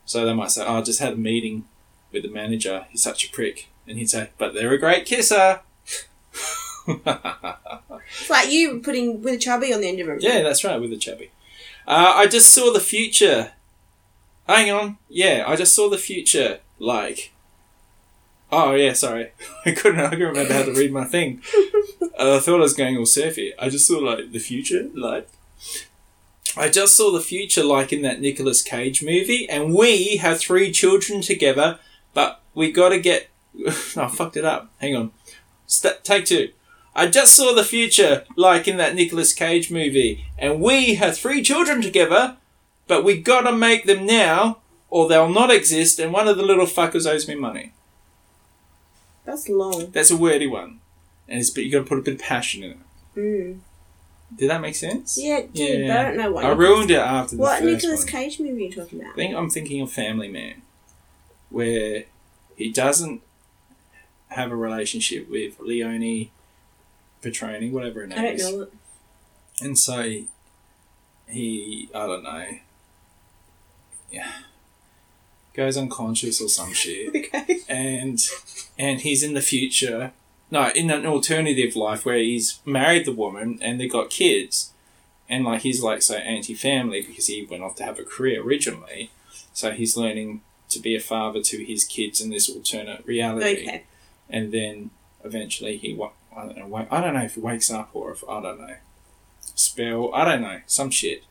Speaker 1: so they might say, oh, I just had a meeting with the manager, he's such a prick. And he'd say, but they're a great kisser.
Speaker 2: It's like you putting with a chubby on the end of it.
Speaker 1: Yeah, that's right, with the chubby. Uh, I just saw the future. Hang on. Yeah, I just saw the future. Like. Oh, yeah, sorry. I couldn't, I couldn't remember how to read my thing. Uh, I thought I was going all surfy. I just saw, like, the future. Like. I just saw the future, like in that Nicolas Cage movie, and we have three children together, but we gotta get. oh, I fucked it up. Hang on. St- take two. I just saw the future, like in that Nicolas Cage movie, and we have three children together, but we gotta make them now, or they'll not exist, and one of the little fuckers owes me money.
Speaker 2: That's long.
Speaker 1: That's a wordy one. And it's but you gotta put a bit of passion in it.
Speaker 2: Mm.
Speaker 1: Did that make sense?
Speaker 2: Yeah, dude, but I don't know what.
Speaker 1: I ruined it after the
Speaker 2: what
Speaker 1: first
Speaker 2: Nicolas
Speaker 1: one.
Speaker 2: Cage movie are you talking
Speaker 1: I
Speaker 2: about?
Speaker 1: think I'm thinking of Family Man, where he doesn't have a relationship with Leonie Petroni, whatever her name
Speaker 2: I don't
Speaker 1: is.
Speaker 2: know. What,
Speaker 1: And so he, I don't know, yeah, goes unconscious or some shit,
Speaker 2: okay.
Speaker 1: and and he's in the future. No, in an alternative life where he's married the woman and they got kids, and like he's like so anti-family because he went off to have a career originally, so he's learning to be a father to his kids in this alternate reality
Speaker 2: Okay.
Speaker 1: and then eventually he wa- I don't know wa- I don't know if he wakes up or if I don't know spell I don't know some shit,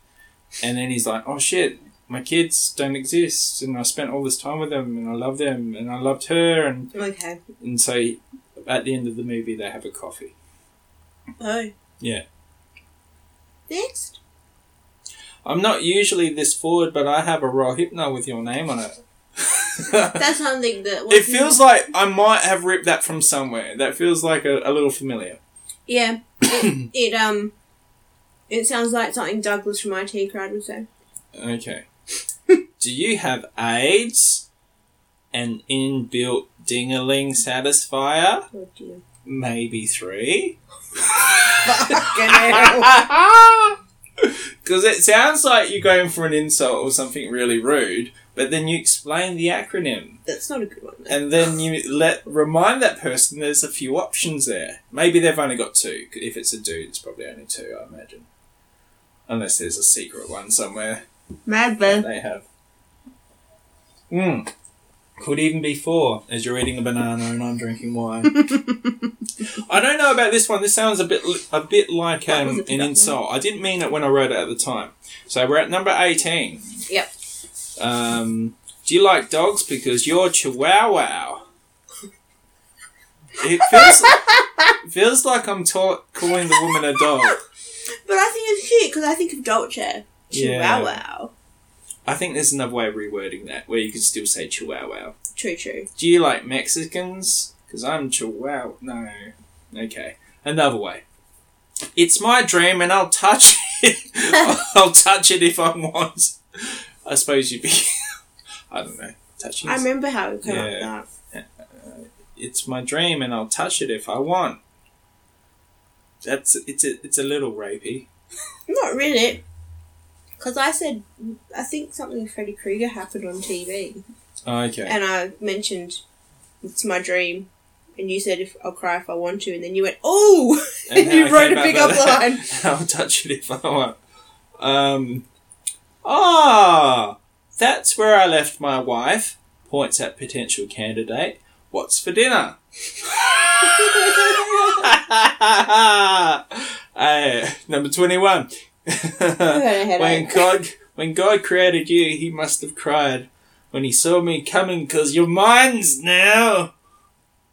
Speaker 1: and then he's like, oh shit, my kids don't exist, and I spent all this time with them, and I love them, and I loved her, and
Speaker 2: Okay.
Speaker 1: and so at the end of the movie they have a coffee.
Speaker 2: Oh.
Speaker 1: Yeah.
Speaker 2: Next.
Speaker 1: I'm not usually this forward, but I have a raw hypno with your name on it.
Speaker 2: That's something that.
Speaker 1: it feels like I might have ripped that from somewhere. That feels like a, a little familiar.
Speaker 2: Yeah. It, it um. It sounds like something Douglas from IT Crowd would say.
Speaker 1: Okay. Do you have AIDS? An inbuilt dingaling satisfier?
Speaker 2: Oh dear.
Speaker 1: Maybe three?
Speaker 2: Fucking hell.
Speaker 1: Because it sounds like you're going for an insult or something really rude, but then you explain the acronym.
Speaker 2: That's not a good one. though.
Speaker 1: And then you let remind that person there's a few options there. Maybe they've only got two. If it's a dude, it's probably only two, I imagine. Unless there's a secret one somewhere
Speaker 2: Mad
Speaker 1: that
Speaker 2: Boo.
Speaker 1: they have. Mm. Could even be four, as you're eating a banana and I'm drinking wine. I don't know about this one. This sounds a bit a bit like
Speaker 2: That was
Speaker 1: um,
Speaker 2: a
Speaker 1: an
Speaker 2: pickup,
Speaker 1: insult. I didn't mean it when I wrote it at the time. So we're at number eighteen.
Speaker 2: Yep.
Speaker 1: Um, do you like dogs because you're Chihuahua? It feels feels like I'm ta- calling the woman a dog.
Speaker 2: But I think it's cute because I think of Dolce.
Speaker 1: Yeah.
Speaker 2: Chihuahua.
Speaker 1: I think there's another way of rewording that where you could still say Chihuahua.
Speaker 2: True, true.
Speaker 1: Do you like Mexicans? Because I'm Chihuahua. No. Okay. Another way. It's my dream and I'll touch it. I'll touch it if I want. I suppose you'd be. I don't know. Touching.
Speaker 2: I
Speaker 1: is-
Speaker 2: remember how it came up with
Speaker 1: Yeah.
Speaker 2: that.
Speaker 1: it's my dream and I'll touch it if I want. That's it's a, it's a little rapey.
Speaker 2: Not really. Because I said, I think something Freddy Krueger happened on TV.
Speaker 1: Okay.
Speaker 2: And I mentioned, it's my dream. And you said, if I'll cry if I want to. And then you went, oh! And
Speaker 1: how
Speaker 2: you
Speaker 1: I
Speaker 2: wrote
Speaker 1: came
Speaker 2: a
Speaker 1: up
Speaker 2: big
Speaker 1: with
Speaker 2: up
Speaker 1: that.
Speaker 2: line.
Speaker 1: I'll touch it if I want. Um Ah That's where I left my wife. Points at potential candidate. What's for dinner? Hey, number twenty one. when
Speaker 2: headache.
Speaker 1: God when God created you, he must have cried when he saw me coming cause you're mine's now.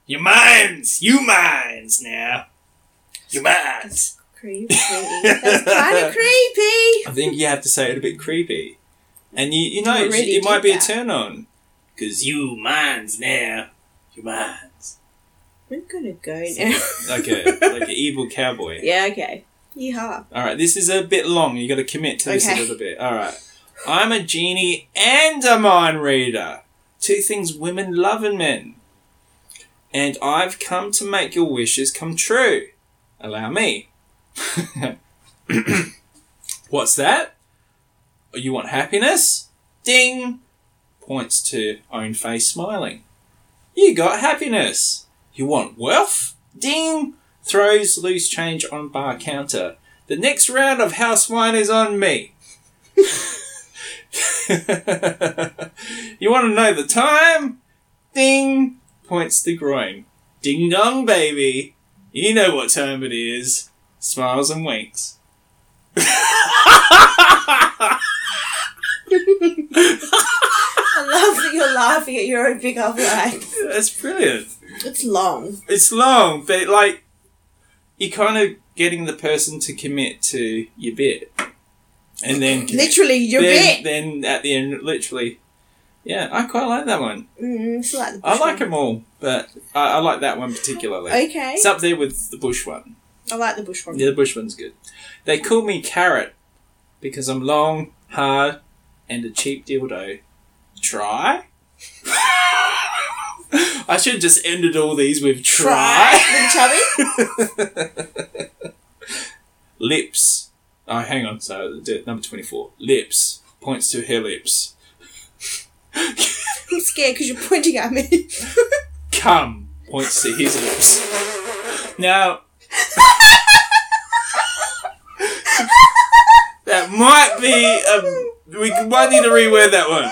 Speaker 1: You're mine's you mine's now. You're mine's
Speaker 2: creepy. That's kind of creepy!
Speaker 1: I think you have to say it a bit creepy. And you, you know,
Speaker 2: You
Speaker 1: it,
Speaker 2: already
Speaker 1: it might be
Speaker 2: did that.
Speaker 1: a turn on. Because you minds now. You minds.
Speaker 2: I'm gonna go now.
Speaker 1: Like a, like an evil cowboy.
Speaker 2: yeah, okay. Yeehaw.
Speaker 1: Alright, this is a bit long. you got to commit to this
Speaker 2: Okay.
Speaker 1: a little bit. Alright. I'm a genie and a mind reader. Two things women love in men. And I've come to make your wishes come true. Allow me. What's that? You want happiness? Ding! Points to own face smiling. You got happiness. You want wealth? Ding! Throws loose change on bar counter. The next round of house wine is on me. you want to know the time? Ding! Points the groin. Ding dong, baby. You know what time it is. Smiles and winks.
Speaker 2: I love that you're laughing at your own big up line.
Speaker 1: That's brilliant.
Speaker 2: It's long.
Speaker 1: It's long, but like, you're kind of getting the person to commit to your bit. And then.
Speaker 2: Literally, your
Speaker 1: then,
Speaker 2: bit.
Speaker 1: then at the end, literally. Yeah, I quite like that one.
Speaker 2: Mm, it's like the
Speaker 1: I like
Speaker 2: bush
Speaker 1: them all, but I, I like that one particularly.
Speaker 2: one. Okay.
Speaker 1: It's up there with the bush one.
Speaker 2: I like the bush one.
Speaker 1: Yeah, the bush one's good. They call me carrot because I'm long, hard, and a cheap dildo. Try. I should have just ended all these with try.
Speaker 2: Little chubby.
Speaker 1: Lips. Oh, hang on. So d- number twenty-four. Lips points to her lips.
Speaker 2: I'm scared because you're pointing at me.
Speaker 1: Come points to his lips. Now. that might be a. We might need to reword that one.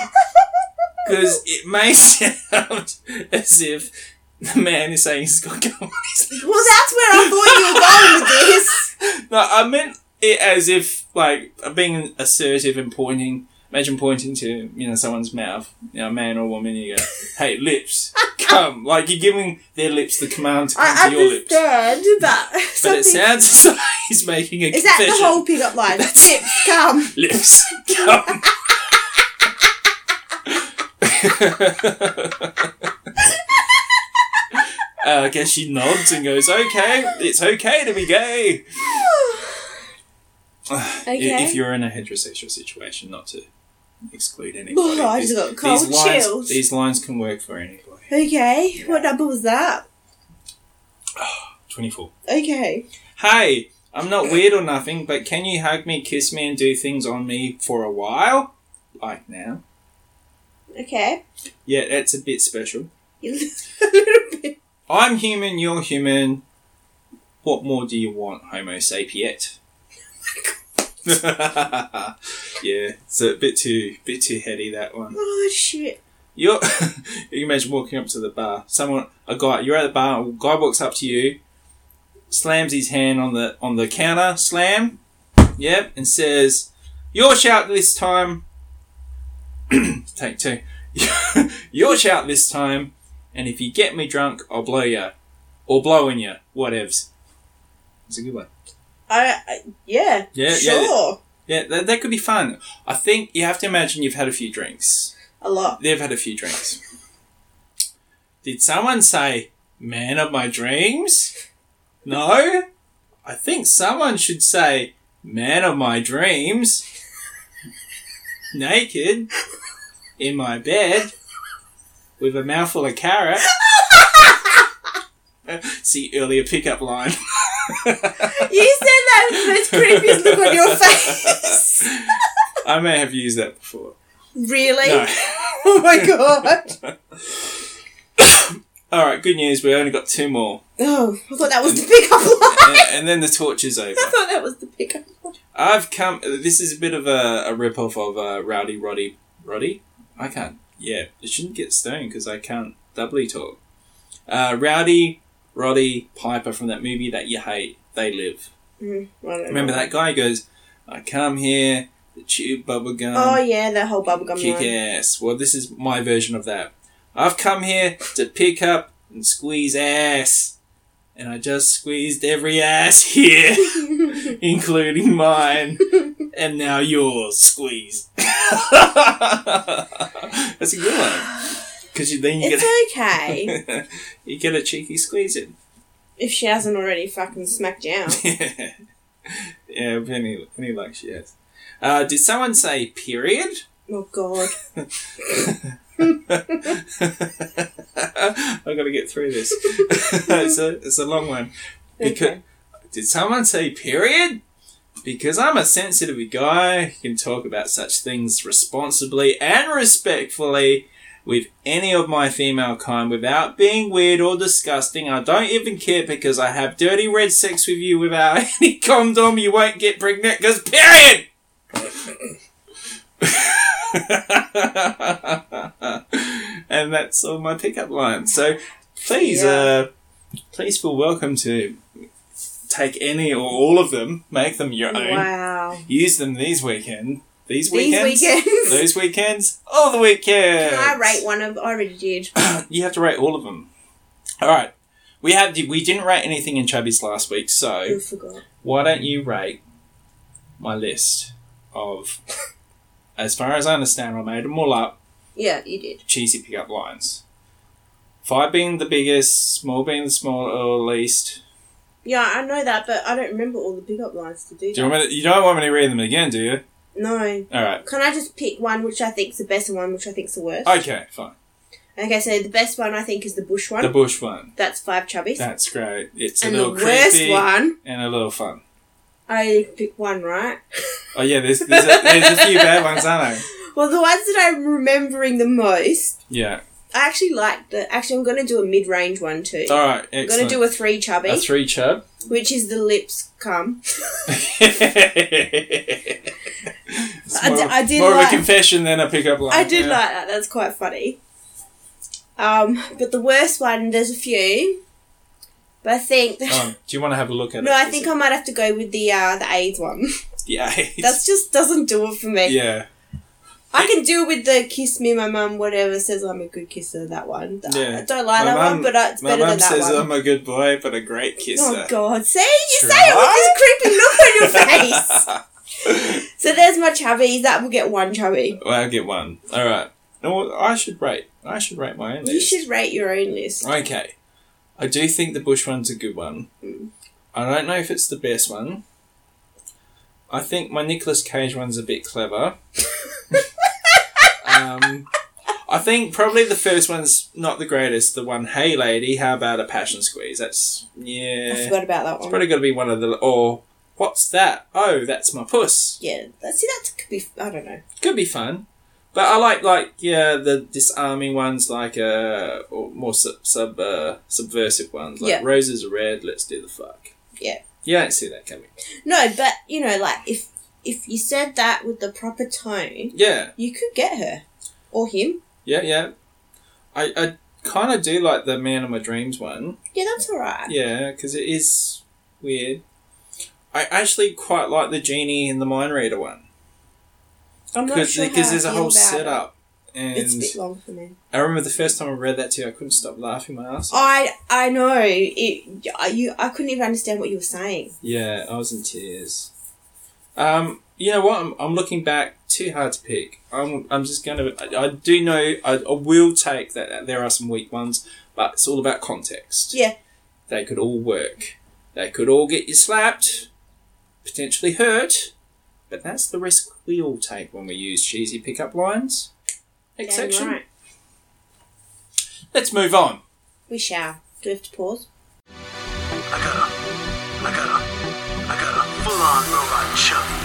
Speaker 1: Because it may sound as if the man is saying he's got cum on his lips.
Speaker 2: well, that's where I thought you were going with this.
Speaker 1: No, I meant it as if, like, being assertive and pointing. Imagine pointing to, you know, someone's mouth, you know, man or woman, you go, hey, lips, come. Like, you're giving their lips the command to come
Speaker 2: I
Speaker 1: to your lips.
Speaker 2: understand, but
Speaker 1: But
Speaker 2: something.
Speaker 1: it sounds as though he's making a
Speaker 2: is that
Speaker 1: confession.
Speaker 2: the whole pickup line?
Speaker 1: That's-
Speaker 2: Lips, come.
Speaker 1: Lips, come. Uh, I guess she nods and goes, "Okay, it's okay to be gay." I-
Speaker 2: Okay.
Speaker 1: If you're in a heterosexual situation, not to exclude anybody.
Speaker 2: Oh, I just
Speaker 1: These-
Speaker 2: got cold
Speaker 1: these lines,
Speaker 2: chills.
Speaker 1: These lines can work for anybody.
Speaker 2: Okay. What number was that?
Speaker 1: Twenty-four.
Speaker 2: Okay.
Speaker 1: Hey, I'm not weird or nothing, but can you hug me, kiss me, and do things on me for a while? Like now.
Speaker 2: Okay.
Speaker 1: Yeah, that's a bit special.
Speaker 2: a little bit.
Speaker 1: I'm human, you're human. What more do you want, Homo sapiet? yeah, it's a bit too bit too heady that one.
Speaker 2: Oh shit.
Speaker 1: You're, you imagine walking up to the bar. Someone, a guy, you're at the bar. A guy walks up to you, slams his hand on the on the counter, slam, yep, and says, "Your shout this time." Take two. Your shout this time, and if you get me drunk, I'll blow you, or blow in you, whatevs. It's a good one.
Speaker 2: I, I yeah.
Speaker 1: Yeah, yeah.
Speaker 2: Sure.
Speaker 1: Yeah, that, that could be fun. I think you have to imagine you've had a few drinks.
Speaker 2: A lot.
Speaker 1: They've had a few drinks. Did someone say, man of my dreams? No? I think someone should say, man of my dreams. Naked. In my bed. With a mouthful of carrot. See earlier pickup line.
Speaker 2: You said that with the most creepiest look on your face.
Speaker 1: I may have used that before.
Speaker 2: really?
Speaker 1: No.
Speaker 2: Oh my god.
Speaker 1: Alright, good news, we only got two more.
Speaker 2: Oh, I thought that was the pickup line.
Speaker 1: And, and then the torch is over.
Speaker 2: I thought that was the pickup line.
Speaker 1: I've come. This is a bit of a, a rip off of uh, Rowdy Roddy. Roddy? I can't. Yeah, it shouldn't get stoned because I can't doubly talk. Uh, Rowdy Roddy Piper from that movie that you hate, They Live.
Speaker 2: Mm, I don't know.
Speaker 1: Remember that guy goes, I come here, to chew bubblegum,
Speaker 2: Oh yeah, that whole bubblegum
Speaker 1: kick
Speaker 2: line.
Speaker 1: ass. Well, this is my version of that. I've come here to pick up and squeeze ass. And I just squeezed every ass here including mine, and now yours. Squeeze. That's a good one because you, then you get
Speaker 2: it's okay
Speaker 1: a, you get a cheeky squeeze in.
Speaker 2: if she hasn't already fucking smacked down.
Speaker 1: yeah, if any any luck she has. Uh, did someone say period?
Speaker 2: Oh god.
Speaker 1: I gotta get through this. it's a it's a long one. Because
Speaker 2: Okay.
Speaker 1: did someone say period? Because I'm a sensitive guy who can talk about such things responsibly and respectfully with any of my female kind without being weird or disgusting. I don't even care because I have dirty red sex with you without any condom. You won't get pregnant because period! and that's all my pickup lines. So please, uh, please feel welcome to take any or all of them, make them your own,
Speaker 2: Wow.
Speaker 1: use them these weekend, these
Speaker 2: These
Speaker 1: weekends,
Speaker 2: weekends.
Speaker 1: those weekends, all the weekends.
Speaker 2: Can I rate one of I already did.
Speaker 1: You have to rate all of them. All right, we have we didn't rate anything in Chubby's last week, so
Speaker 2: I Oh, forgot.
Speaker 1: why don't you rate my list of, as far as I understand, I made them all up,
Speaker 2: Yeah, you did.
Speaker 1: cheesy pickup lines. Five being the biggest, small being the small or least.
Speaker 2: Yeah, I know that, but I don't remember all the pickup lines to do.
Speaker 1: Do you, want me to, you don't want me to read them again, do you?
Speaker 2: that. No.
Speaker 1: All right.
Speaker 2: Can I just pick one which I think's the best and one which I think's the worst?
Speaker 1: Okay, fine.
Speaker 2: Okay, so the best one I think is the bush one.
Speaker 1: The bush one.
Speaker 2: That's five chubbies.
Speaker 1: That's great. It's a
Speaker 2: and the
Speaker 1: little
Speaker 2: worst
Speaker 1: creepy
Speaker 2: one,
Speaker 1: and a little fun.
Speaker 2: I pick one, right?
Speaker 1: Oh yeah, there's there's a, there's a few bad ones, aren't there?
Speaker 2: Well, the ones that I'm remembering the most,
Speaker 1: Yeah.
Speaker 2: I actually like the. Actually, I'm going to do a mid range one too.
Speaker 1: All right.
Speaker 2: I'm going
Speaker 1: Excellent.
Speaker 2: to do a three chubby,
Speaker 1: a three chub.
Speaker 2: which is the lips cum.
Speaker 1: It's
Speaker 2: I d-
Speaker 1: more-
Speaker 2: I did
Speaker 1: more of
Speaker 2: like-
Speaker 1: a confession than a pickup line.
Speaker 2: I did
Speaker 1: yeah.
Speaker 2: like that. That's quite funny. Um, but the worst one, there's a few. But I think.
Speaker 1: Um, do you want to have a look at it?
Speaker 2: no, I
Speaker 1: Is
Speaker 2: think
Speaker 1: it-
Speaker 2: I might have to go with the uh, the AIDS one.
Speaker 1: Yeah. it's-
Speaker 2: that just doesn't do it for me.
Speaker 1: yeah.
Speaker 2: I can deal with the kiss me, my mum, whatever says I'm a good kisser. That one. That-
Speaker 1: Yeah.
Speaker 2: I don't
Speaker 1: My
Speaker 2: like that
Speaker 1: mum-
Speaker 2: one, but uh, it's
Speaker 1: My
Speaker 2: better than
Speaker 1: mum
Speaker 2: that
Speaker 1: says
Speaker 2: one.
Speaker 1: I'm a good boy, but a great kisser.
Speaker 2: Oh God! See, you say it
Speaker 1: Try?
Speaker 2: with this creepy look on your face. so there's my chubby. That will get one chubby.
Speaker 1: well, I'll get one. All right. No, I should rate. I should rate my own.
Speaker 2: You
Speaker 1: list.
Speaker 2: should rate your own list.
Speaker 1: Okay. I do think the bush one's a good one.
Speaker 2: Mm.
Speaker 1: I don't know if it's the best one. I think my Nicolas Cage one's a bit clever. um, I think probably the first one's not the greatest. The one, hey lady, how about a passion squeeze? That's
Speaker 2: I
Speaker 1: yeah.
Speaker 2: forgot about that
Speaker 1: It's
Speaker 2: one.
Speaker 1: probably going to be one of the or What's that? Oh, that's my puss.
Speaker 2: Yeah, that, see, that could be, I don't know.
Speaker 1: Could be fun. But I like like yeah the disarming ones like uh or more sub, sub uh, subversive ones like
Speaker 2: Yeah.
Speaker 1: roses are red let's do the fuck
Speaker 2: Yeah.
Speaker 1: you don't see that coming
Speaker 2: No, but, you know, like, if if you said that with the proper tone,
Speaker 1: yeah
Speaker 2: you could get her. Or him.
Speaker 1: yeah yeah I I kind of do like the man of my dreams one
Speaker 2: Yeah, that's alright.
Speaker 1: Yeah, because it is weird. I actually quite like the genie and the mind reader one
Speaker 2: I'm not
Speaker 1: because
Speaker 2: sure how I
Speaker 1: there's a
Speaker 2: feel
Speaker 1: whole
Speaker 2: about it.
Speaker 1: setup.
Speaker 2: It's a
Speaker 1: And
Speaker 2: bit long for me.
Speaker 1: I remember the first time I read that too, I couldn't stop laughing my ass. off.
Speaker 2: I I know it. I- You I couldn't even understand what you were saying.
Speaker 1: Yeah, I was in tears. Um, you know what? I'm, I'm looking back. Too hard to pick. I'm, I'm just gonna. I, I do know. I, I will take that there are some weak ones, but it's all about context.
Speaker 2: Yeah.
Speaker 1: They could all work. They could all get you slapped, potentially hurt, but that's the risk we all take when we use cheesy pickup lines. Next
Speaker 2: Damn
Speaker 1: section.
Speaker 2: right.
Speaker 1: Let's move on.
Speaker 2: We shall. Do we have to pause?
Speaker 3: I got a, I got a, I got a full-on robot chubby.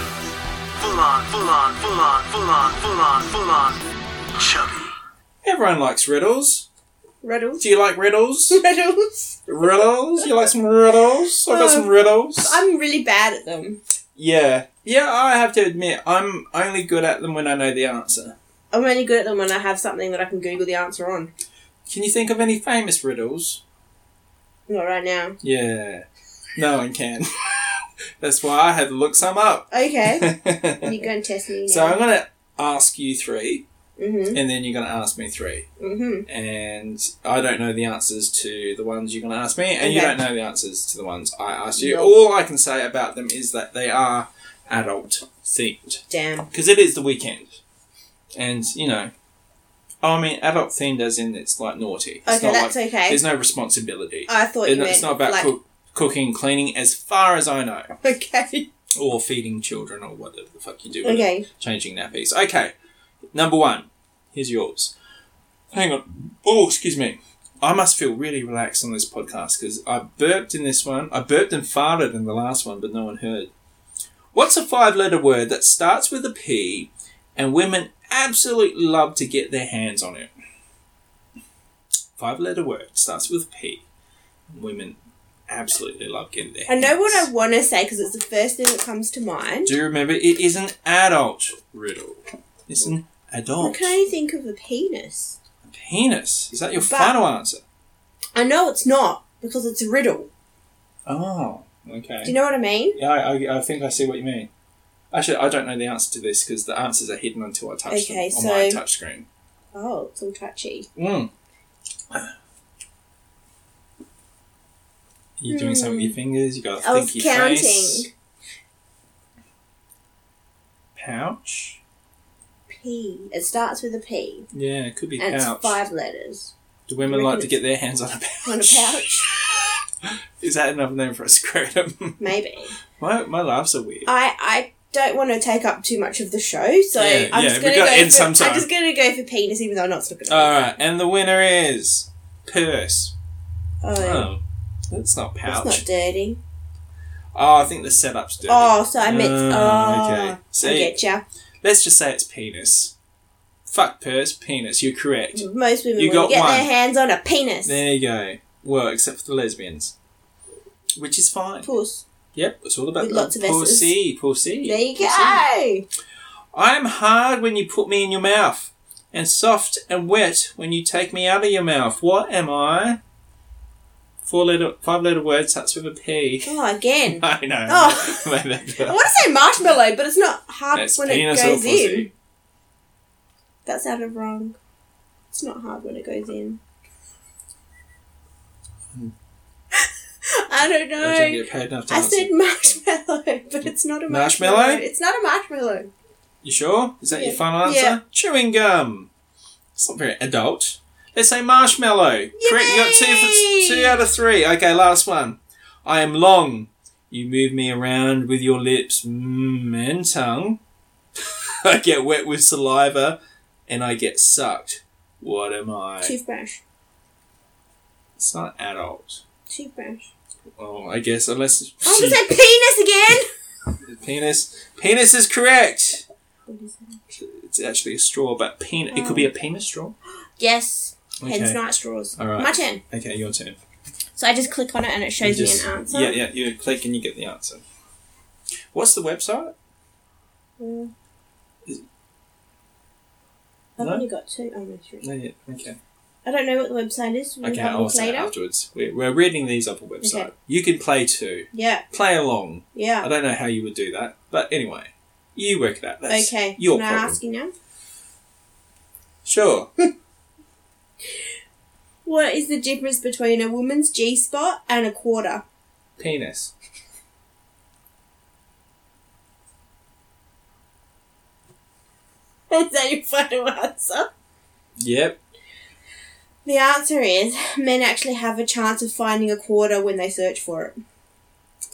Speaker 3: Full-on, full-on, full-on, full-on, full-on, full-on chubby.
Speaker 1: Everyone likes riddles.
Speaker 2: Riddles.
Speaker 1: Do you like riddles?
Speaker 2: Riddles.
Speaker 1: riddles? You like some riddles? I got some
Speaker 2: Um,
Speaker 1: riddles.
Speaker 2: I'm really bad at them.
Speaker 1: Yeah. Yeah, I have to admit, I'm only good at them when I know the answer.
Speaker 2: I'm only good at them when I have something that I can Google the answer on.
Speaker 1: Can you think of any famous riddles?
Speaker 2: Not right now.
Speaker 1: Yeah. No one can. That's why I had to look some up.
Speaker 2: Okay. you go and test me now.
Speaker 1: so I'm going to ask you three,
Speaker 2: mm-hmm.
Speaker 1: and then you're going to ask me three.
Speaker 2: Mm-hmm.
Speaker 1: And I don't know the answers to the ones you're going to ask me, and you
Speaker 2: Okay.
Speaker 1: don't know the answers to the ones I asked you.
Speaker 2: Nope.
Speaker 1: All I can say about them is that they are adult themed.
Speaker 2: Damn.
Speaker 1: because it is the weekend, and you know, I mean, adult themed as in it's like naughty. It's
Speaker 2: Okay,
Speaker 1: not
Speaker 2: that's
Speaker 1: like,
Speaker 2: okay.
Speaker 1: There's no responsibility.
Speaker 2: I thought
Speaker 1: It-
Speaker 2: you meant
Speaker 1: it's not about
Speaker 2: like
Speaker 1: cook, cooking, cleaning, as far as I know,
Speaker 2: okay.
Speaker 1: or feeding children or whatever the fuck you do. with
Speaker 2: Okay.
Speaker 1: it. changing nappies. Okay, number one. Here's yours. Hang on. Oh, excuse me. I must feel really relaxed on this podcast because I burped in this one. I burped and farted in the last one, but no one heard. What's a five letter word that starts with a P and women absolutely love to get their hands on it? Five letter word starts with P. Women absolutely love getting their
Speaker 2: I
Speaker 1: hands
Speaker 2: know what I want to say because it's the first thing that comes to mind.
Speaker 1: Do you remember? It is an adult riddle. It's an
Speaker 2: I
Speaker 1: adult
Speaker 2: can only think of a penis.
Speaker 1: penis. Is that your
Speaker 2: But-
Speaker 1: final answer?
Speaker 2: I know it's not because it's a riddle.
Speaker 1: Oh, okay.
Speaker 2: Do you know what I mean?
Speaker 1: Yeah, I, I, I think I see what you mean. Actually, I don't know the answer to this because the answers are hidden until I touch
Speaker 2: Okay,
Speaker 1: them on my
Speaker 2: so-
Speaker 1: touch screen.
Speaker 2: Oh, it's all touchy.
Speaker 1: Mm. You're doing something with your fingers. You got a
Speaker 2: Hmm. I was
Speaker 1: thinky
Speaker 2: counting.
Speaker 1: face. Pouch.
Speaker 2: P. It starts with a P,
Speaker 1: Yeah, it could be
Speaker 2: and
Speaker 1: pouch.
Speaker 2: it's five letters
Speaker 1: Do women like to
Speaker 2: Reckon
Speaker 1: get their hands on a pouch?
Speaker 2: on a pouch.
Speaker 1: Is that another name for a scrotum?
Speaker 2: Maybe
Speaker 1: my my laughs are weird.
Speaker 2: I. I don't want to take up too much of the show, so
Speaker 1: Yeah,
Speaker 2: I'm
Speaker 1: yeah,
Speaker 2: just
Speaker 1: we
Speaker 2: gonna go.
Speaker 1: gotta
Speaker 2: For,
Speaker 1: end sometime.
Speaker 2: I'm just gonna go for penis, even though I'm not looking.
Speaker 1: All right, and the winner is purse.
Speaker 2: Oh,
Speaker 1: Oh, that's not
Speaker 2: it's
Speaker 1: pouch.
Speaker 2: not dirty.
Speaker 1: Oh, I think the setup's dirty.
Speaker 2: Oh, so I meant.
Speaker 1: Ah,
Speaker 2: Oh,
Speaker 1: okay. See?
Speaker 2: I get ya.
Speaker 1: Let's just say it's penis. Fuck purse, penis. You're correct.
Speaker 2: Most women
Speaker 1: You
Speaker 2: want
Speaker 1: got
Speaker 2: to get
Speaker 1: one.
Speaker 2: their hands on a penis.
Speaker 1: There you go. Well, except for the lesbians, which is fine.
Speaker 2: Puss.
Speaker 1: Yep, it's all about
Speaker 2: With
Speaker 1: the
Speaker 2: lots of S's.
Speaker 1: pussy, pussy.
Speaker 2: There you
Speaker 1: pussy.
Speaker 2: go.
Speaker 1: I'm hard when you put me in your mouth, and soft and wet when you take me out of your mouth. What am I? Four letter, five letter word starts with a P.
Speaker 2: Oh, again.
Speaker 1: I know.
Speaker 2: Oh. I want to say marshmallow, but it's not hard
Speaker 1: That's
Speaker 2: when it
Speaker 1: penis or
Speaker 2: goes in.
Speaker 1: pussy.
Speaker 2: That sounded wrong. It's not hard when it goes in. I don't
Speaker 1: I don't
Speaker 2: know.
Speaker 1: get paid enough to
Speaker 2: I
Speaker 1: answer.
Speaker 2: said marshmallow, but it's not a
Speaker 1: Marshmallow?
Speaker 2: marshmallow. It's not a marshmallow.
Speaker 1: You sure? Is that your
Speaker 2: Yeah.
Speaker 1: final answer?
Speaker 2: Yeah.
Speaker 1: Chewing gum. It's not very adult. Let's say marshmallow. Correct. You got two
Speaker 2: Yay!
Speaker 1: for two out of three. Okay, last one. I am long. You move me around with your lips, mmm, and tongue. I get wet with saliva, and I get sucked. What am I?
Speaker 2: Toothbrush.
Speaker 1: It's not adult.
Speaker 2: Toothbrush. Oh,
Speaker 1: Well, I guess unless
Speaker 2: I almost said penis again.
Speaker 1: Penis. Penis is correct.
Speaker 2: What is it?
Speaker 1: It's actually a straw, but pen. It could be a penis straw.
Speaker 2: Yes. Hence
Speaker 1: Okay.
Speaker 2: night straws.
Speaker 1: All right.
Speaker 2: My turn.
Speaker 1: Okay, your turn.
Speaker 2: So I just click on it and it shows
Speaker 1: You just-
Speaker 2: me an answer.
Speaker 1: Yeah, yeah. You click and you get the answer. What's the website?
Speaker 2: Mm.
Speaker 1: Is-
Speaker 2: I've
Speaker 1: No?
Speaker 2: only got two. Oh, no, three.
Speaker 1: No, yeah. Okay.
Speaker 2: I don't know what the website is. We'll
Speaker 1: Okay,
Speaker 2: have a
Speaker 1: I'll
Speaker 2: look
Speaker 1: say it
Speaker 2: later.
Speaker 1: afterwards. We're, we're reading these off a website.
Speaker 2: Okay. Ah.
Speaker 1: You can play too.
Speaker 2: Yeah,
Speaker 1: Play along. I
Speaker 2: yeah.
Speaker 1: don't know how you would do that, but anyway, you work it out. That's
Speaker 2: Okay.
Speaker 1: your
Speaker 2: Can
Speaker 1: problem.
Speaker 2: I ask you now?
Speaker 1: Sure.
Speaker 2: What is the difference between a woman's G spot and a quarter?
Speaker 1: Penis.
Speaker 2: Is that your final answer?
Speaker 1: Yep.
Speaker 2: The answer is men actually have a chance of finding a quarter when they search for it.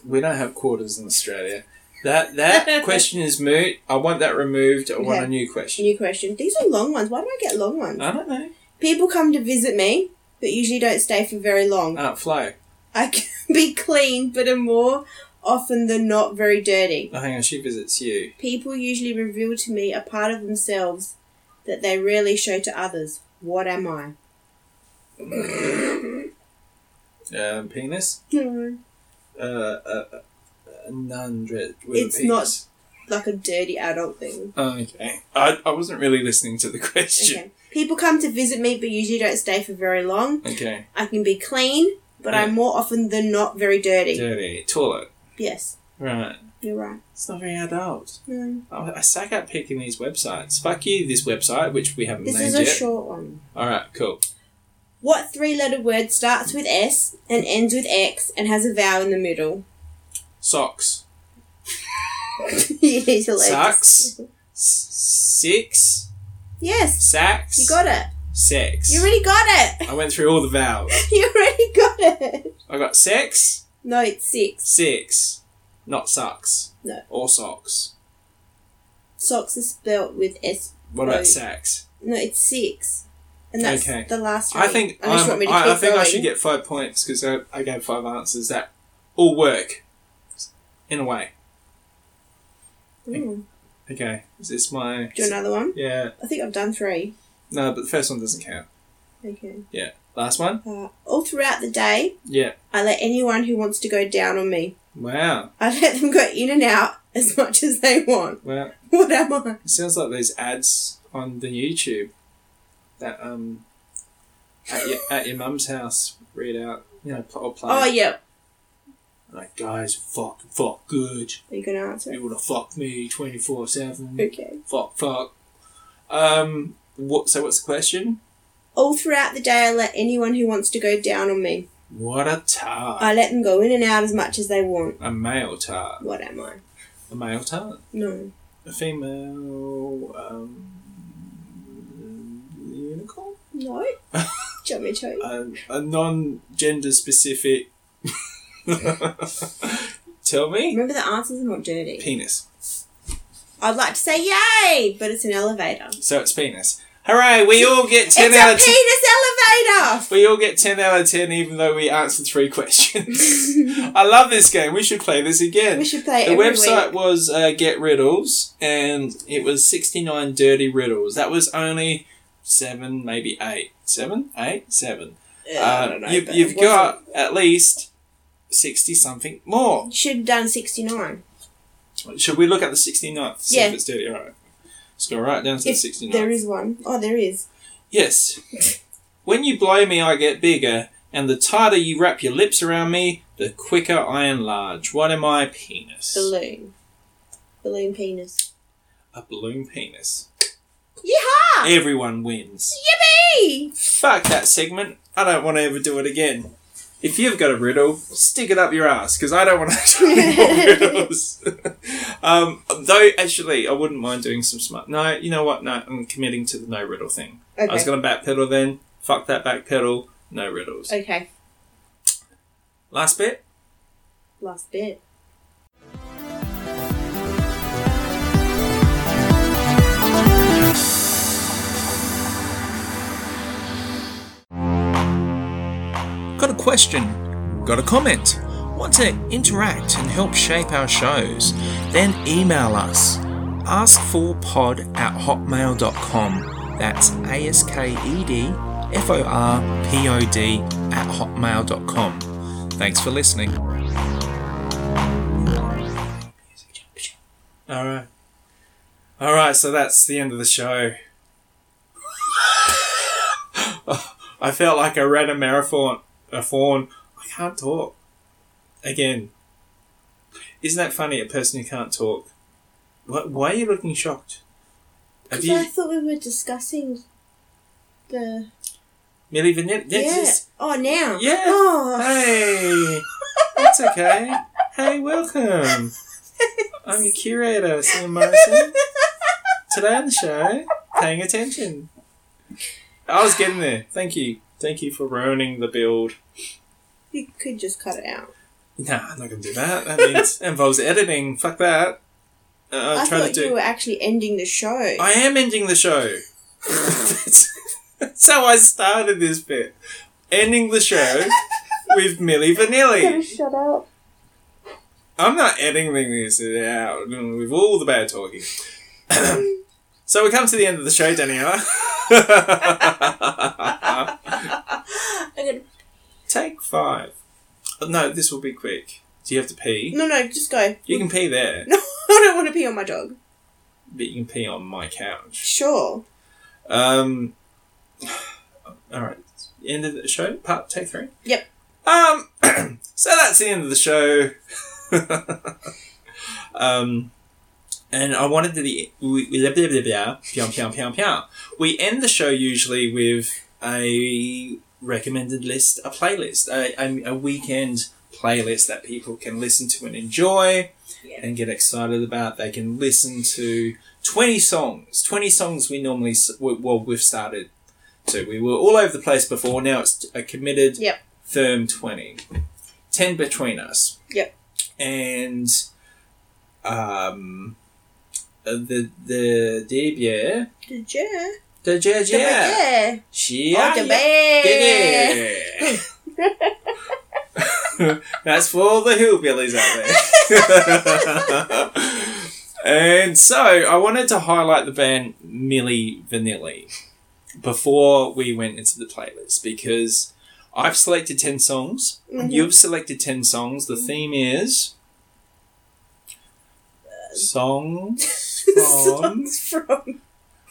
Speaker 1: We don't have quarters in Australia. That that question is moot. I want that removed. I want a
Speaker 2: Okay.
Speaker 1: new question.
Speaker 2: New question. These are long ones. Why do I get long ones?
Speaker 1: I don't know.
Speaker 2: People come to visit me, but usually don't stay for very long.
Speaker 1: Ah, flow.
Speaker 2: I can be clean, but are more often than not very dirty.
Speaker 1: Oh, hang on. She visits you.
Speaker 2: People usually reveal to me a part of themselves that they rarely show to others. What am I?
Speaker 1: Um, penis. Uh, uh, uh none dread. with a
Speaker 2: It's
Speaker 1: penis.
Speaker 2: not- like a dirty adult thing.
Speaker 1: Oh, okay. I, I wasn't really listening to the question.
Speaker 2: Okay. People come to visit me, but usually don't stay for very long.
Speaker 1: Okay.
Speaker 2: I can be clean, but I'm more often than not very dirty.
Speaker 1: Dirty toilet.
Speaker 2: Yes,
Speaker 1: Right.
Speaker 2: you're right.
Speaker 1: It's not very adult.
Speaker 2: No.
Speaker 1: I, I suck at picking these websites. Fuck you. This website, which we haven't
Speaker 2: This
Speaker 1: named
Speaker 2: is a
Speaker 1: yet.
Speaker 2: short one.
Speaker 1: All right. Cool.
Speaker 2: What three letter word starts with S and ends with X and has a vowel in the middle?
Speaker 1: Socks.
Speaker 2: you need to leave.
Speaker 1: Sucks. S- six.
Speaker 2: Yes,
Speaker 1: Sacks.
Speaker 2: you got it.
Speaker 1: Sex.
Speaker 2: You already got it.
Speaker 1: I went through all the vowels.
Speaker 2: You already got it.
Speaker 1: I got sex,
Speaker 2: No, it's six.
Speaker 1: six, not sucks.
Speaker 2: No.
Speaker 1: Or socks.
Speaker 2: Socks is spelt with S.
Speaker 1: What
Speaker 2: Oh.
Speaker 1: about sex?
Speaker 2: No, it's six. And that's
Speaker 1: Okay.
Speaker 2: the last one.
Speaker 1: I think
Speaker 2: Unless you
Speaker 1: I'm-
Speaker 2: want me to
Speaker 1: I, I
Speaker 2: keep
Speaker 1: think I
Speaker 2: going.
Speaker 1: should get five points because I, I gave five answers that all work in a way.
Speaker 2: Mm.
Speaker 1: Okay, is this my?
Speaker 2: Do another one?
Speaker 1: Yeah,
Speaker 2: I think I've done three.
Speaker 1: no, but the first one doesn't count.
Speaker 2: Okay.
Speaker 1: Last one.
Speaker 2: Uh, all throughout the day,
Speaker 1: Yeah.
Speaker 2: I let anyone who wants to go down on me.
Speaker 1: Wow.
Speaker 2: I let them go in and out as much as they want.
Speaker 1: Wow.
Speaker 2: What am I?
Speaker 1: It sounds like those ads on the YouTube that um at your at your mum's house read out. You know, pl- or play.
Speaker 2: Oh, yeah.
Speaker 1: Like, guys, fuck, fuck good.
Speaker 2: Are you going to answer? it?
Speaker 1: You wanna fuck me 24 7.
Speaker 2: Okay.
Speaker 1: Fuck, fuck. Um, what, so what's the question?
Speaker 2: All throughout the day, I let anyone who wants to go down on me.
Speaker 1: What a tart.
Speaker 2: I let them go in and out as much as they want.
Speaker 1: a male tart.
Speaker 2: What am I?
Speaker 1: A male tart.
Speaker 2: No.
Speaker 1: A female, um, unicorn?
Speaker 2: No? Do you want me to tell you?
Speaker 1: A, a non gender specific. Tell me.
Speaker 2: Remember the answers are not dirty.
Speaker 1: Penis.
Speaker 2: I'd like to say yay, but it's an elevator.
Speaker 1: So it's penis. Hooray, we all get 10
Speaker 2: it's
Speaker 1: out
Speaker 2: a
Speaker 1: of 10.
Speaker 2: penis elevator!
Speaker 1: We all get 10 out of 10 even though we answered three questions. I love this game. We should play this again.
Speaker 2: We should play it
Speaker 1: the
Speaker 2: every
Speaker 1: website
Speaker 2: week.
Speaker 1: was uh, Get Riddles and it was 69 Dirty Riddles. That was only seven, maybe eight. Seven? Eight? Seven.
Speaker 2: Yeah, I
Speaker 1: Uh,
Speaker 2: don't know,
Speaker 1: you,
Speaker 2: but
Speaker 1: you've
Speaker 2: it wasn't-
Speaker 1: got at least 60 something more.
Speaker 2: Should have done 69.
Speaker 1: Should we look at the 69th? See
Speaker 2: Yeah.
Speaker 1: if it's dirty. All right. Let's go right down to
Speaker 2: If
Speaker 1: the 69th.
Speaker 2: there is one. Oh, there is.
Speaker 1: Yes. When you blow me, I get bigger, and the tighter you wrap your lips around me, the quicker I enlarge. What am I? Penis.
Speaker 2: Balloon. Balloon penis.
Speaker 1: a balloon penis.
Speaker 2: Yeehaw!
Speaker 1: Everyone wins.
Speaker 2: Yippee!
Speaker 1: Fuck that segment. I don't want to ever do it again. If you've got a riddle, stick it up your ass, because I don't want to do any more riddles. um, though, actually, I wouldn't mind doing some smart. No, you know what? No, I'm committing to the no riddle thing. I was
Speaker 2: Okay.
Speaker 1: going to backpedal then. Fuck that backpedal. No riddles.
Speaker 2: Okay.
Speaker 1: Last bit.
Speaker 2: Last bit.
Speaker 1: Got a question? Got a comment? want to interact and help shape our shows, then email us askforpod at hotmail.com. That's A S K E D F O R P O D at hotmail.com. Thanks for listening. All right. All right, so that's the end of the show. I felt like I ran a marathon. A fawn. I can't talk. Again. Isn't that funny? A person who can't talk. Why, why are you looking shocked? Have
Speaker 2: Because
Speaker 1: you
Speaker 2: I thought we were discussing the.
Speaker 1: Millie Vanilli?
Speaker 2: Yeah.
Speaker 1: Yes, yes.
Speaker 2: Oh, now.
Speaker 1: Yeah.
Speaker 2: Oh.
Speaker 1: Hey, that's okay. Hey, welcome. I'm your curator, Sam Morrison. Today on the show, paying attention. I was getting there. Thank you. Thank you for ruining the build.
Speaker 2: You could just cut it out.
Speaker 1: No, I'm not going to do that. That means that involves editing. Fuck that. Uh, I'm
Speaker 2: I
Speaker 1: trying
Speaker 2: thought
Speaker 1: to do.
Speaker 2: you were actually ending the show.
Speaker 1: I am ending the show. that's, that's how I started this bit. Ending the show with Millie Vanilli.
Speaker 2: shut up.
Speaker 1: I'm not editing this out with all the bad talking. so we come to the end of the show, Daniela.
Speaker 2: I'm gonna...
Speaker 1: Take five. Oh, No, this will be quick. Do you have to pee?
Speaker 2: No, no, just go.
Speaker 1: You can pee there,
Speaker 2: No, I don't want to pee on my dog.
Speaker 1: but you can pee on my couch.
Speaker 2: Sure.
Speaker 1: Um. All right. End of the show. Part take three.
Speaker 2: Yep.
Speaker 1: Um. so that's the end of the show. um. And I wanted to the we we- blah, blah, blah, blah, pyong, pyong, pyong, pyong. We end the show usually with a recommended list, a playlist, a, a, a weekend playlist that people can listen to and enjoy
Speaker 2: Yeah.
Speaker 1: and get excited about. They can listen to 20 songs, 20 songs we normally, s- we- well, we've started to. We were all over the place before, now it's a committed
Speaker 2: Yep.
Speaker 1: firm 20. 10 between us.
Speaker 2: Yep.
Speaker 1: And um, the, the debut.
Speaker 2: Did you?
Speaker 1: The judge, yeah.
Speaker 2: Yeah.
Speaker 1: She
Speaker 2: Oh, the bear.
Speaker 1: That's for all the hillbillies out there. and so I wanted to highlight the band Millie Vanilli before we went into the playlist because I've selected 10 songs.
Speaker 2: Mhm.
Speaker 1: You've selected 10 songs. The theme is songs from
Speaker 2: Songs from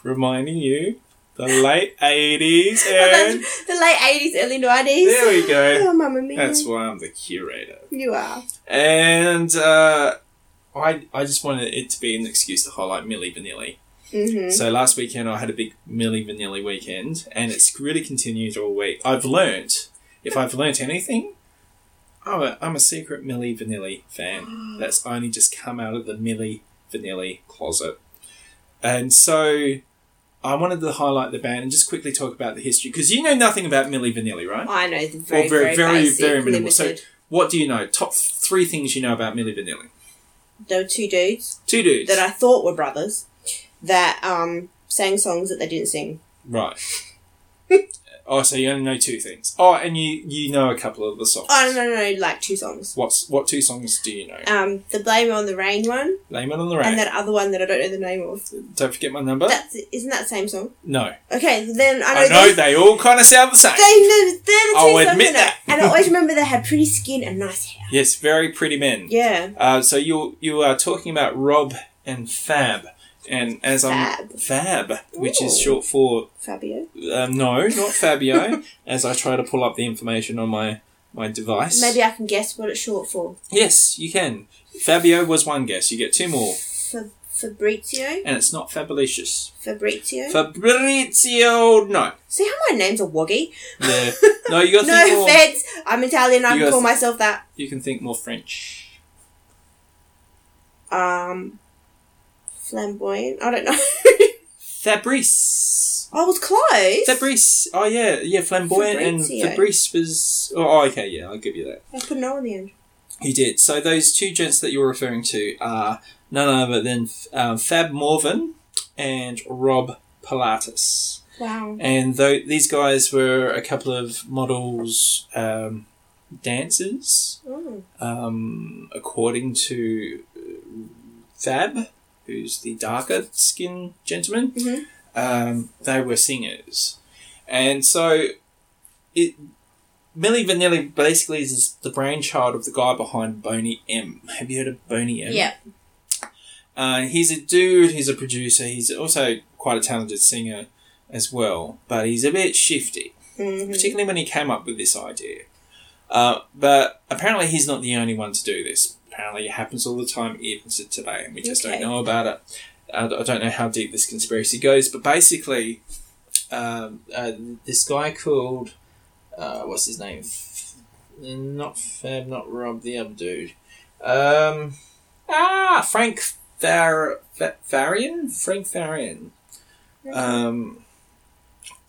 Speaker 1: reminding you the late 80s
Speaker 2: the
Speaker 1: and
Speaker 2: late eighties, early nineties.
Speaker 1: there we go.
Speaker 2: Oh, Mamma Mia.
Speaker 1: That's why I'm the curator.
Speaker 2: You are.
Speaker 1: And uh, I, I just wanted it to be an excuse to highlight Millie Vanilli.
Speaker 2: Mm-hmm.
Speaker 1: So last weekend I had a big Millie Vanilli weekend, and it's really continued all week. I've learnt, if I've learnt anything, I'm a, I'm a secret Millie Vanilli fan. That's only just come out of the Millie Vanilli closet. And so I wanted to highlight the band and just quickly talk about the history, because you know nothing about Millie Vanilli, right?
Speaker 2: I know the
Speaker 1: Or
Speaker 2: very, very, very, basic,
Speaker 1: minimal. So,
Speaker 2: limited.
Speaker 1: what do you know? Top three things you know about Millie Vanilli.
Speaker 2: there were two dudes
Speaker 1: Two dudes.
Speaker 2: that I thought were brothers that um sang songs that they didn't sing.
Speaker 1: Right. oh, so you only know two things. Oh, and you you know a couple of the songs.
Speaker 2: Oh no, no, no like two songs.
Speaker 1: What's what two songs do you know?
Speaker 2: Um, the Blame It on the Rain one,
Speaker 1: Blame it on the rain.
Speaker 2: and that other one that I don't know the name of.
Speaker 1: Don't forget my number.
Speaker 2: That's isn't that the same song?
Speaker 1: no,
Speaker 2: Okay, then I know.
Speaker 1: I know
Speaker 2: these-
Speaker 1: they all kind of sound the same.
Speaker 2: They know they're the two
Speaker 1: I'll
Speaker 2: songs
Speaker 1: admit
Speaker 2: I know.
Speaker 1: that.
Speaker 2: and I always remember they had pretty skin and nice hair.
Speaker 1: yes, very pretty men.
Speaker 2: Yeah.
Speaker 1: Uh, so you you are talking about Rob and Fab, and as I'm
Speaker 2: Fab.
Speaker 1: Fab, which is
Speaker 2: Ooh.
Speaker 1: short for
Speaker 2: Fabio.
Speaker 1: Um, no, not Fabio. as I try to pull up the information on my my device.
Speaker 2: Maybe I can guess what it's short for.
Speaker 1: Yes, you can. Fabio was one guess. You get two more,
Speaker 2: Fa- Fabrizio?
Speaker 1: and it's not Fabulicious.
Speaker 2: Fabrizio?
Speaker 1: Fabrizio, no,
Speaker 2: See how my name's a woggy?
Speaker 1: yeah. no. You got to think
Speaker 2: No
Speaker 1: more.
Speaker 2: offense, I'm Italian, I
Speaker 1: You
Speaker 2: can
Speaker 1: got-
Speaker 2: call myself that.
Speaker 1: You can think more French.
Speaker 2: Um, flamboyant? I don't know.
Speaker 1: Fabrice.
Speaker 2: I was close.
Speaker 1: Fabrice. Oh yeah, yeah. Flamboyant
Speaker 2: Fabrizio.
Speaker 1: and Fabrice was. Oh, okay. Yeah, I'll give you that.
Speaker 2: I put an O in the end.
Speaker 1: He did. So those two gents that you're referring to are none other than um, Fab Morvan and Rob Pilatus.
Speaker 2: Wow.
Speaker 1: And though these guys were a couple of models, um, dances,
Speaker 2: Oh,
Speaker 1: um, according to uh, Fab, who's the darker skinned gentleman.
Speaker 2: Mhm.
Speaker 1: Um, they were singers, and so it Millie Vanilli basically is the brainchild of the guy behind Boney M. Have you heard of Boney M?
Speaker 2: yeah.
Speaker 1: Uh, he's a dude, he's a producer, he's also quite a talented singer as well, but he's a bit shifty,
Speaker 2: Mhm.
Speaker 1: particularly when he came up with this idea. Uh, but apparently, he's not the only one to do this. Apparently, it happens all the time, even to today, and we just
Speaker 2: Okay.
Speaker 1: don't know about it. I, I don't know how deep this conspiracy goes, but basically, um, uh, this guy called uh, what's his name? F- not Fab, not Rob, the other dude. Um, ah, Frank Far- Fa- Farian? Frank Farian. Um,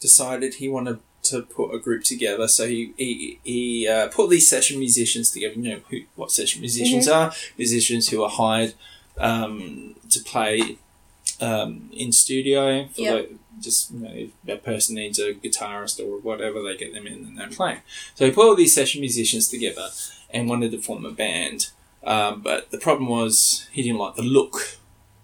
Speaker 1: decided he wanted to put a group together, so he he, he uh, put these session musicians together. You know who, what session musicians are? Musicians who are hired um, to play um, in studio for
Speaker 2: Yep.
Speaker 1: the- just you know, if a person needs a guitarist or whatever, they get them in and they're playing. So he put all these session musicians together and wanted to form a band. Um, but the problem was he didn't like the look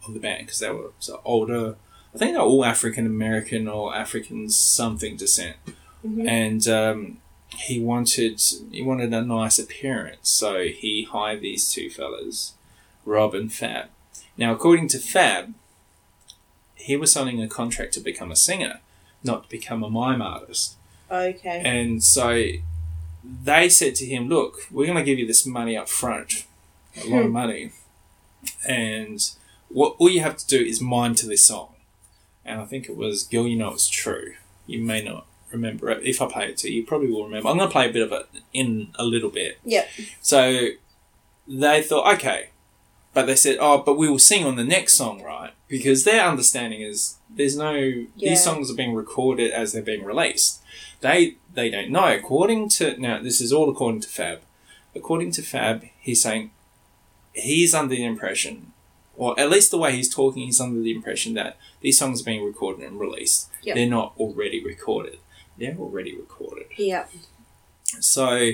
Speaker 1: of the band because they were sort of older. I think they're all African American or African something descent,
Speaker 2: Mhm.
Speaker 1: and um, he wanted he wanted a nice appearance. So he hired these two fellas, Rob and Fab. Now, according to Fab, he was signing a contract to become a singer, not to become a mime artist.
Speaker 2: Okay.
Speaker 1: And so they said to him, Look, we're going to give you this money up front, a lot of money. And what all you have to do is mime to this song. And I think it was Girl, You Know It's True. You may not remember it. If I play it to you, you probably will remember. I'm going to play a bit of it in a little bit.
Speaker 2: Yep.
Speaker 1: So they thought, okay. But they said, oh, but we will sing on the next song, right? Because their understanding is there's no,
Speaker 2: Yeah.
Speaker 1: these songs are being recorded as they're being released. They, they don't know. According to, now this is all according to Fab. According to Fab, he's saying he's under the impression, or at least the way he's talking, he's under the impression that these songs are being recorded and released.
Speaker 2: Yep.
Speaker 1: They're not already recorded. They're already recorded.
Speaker 2: Yep.
Speaker 1: So,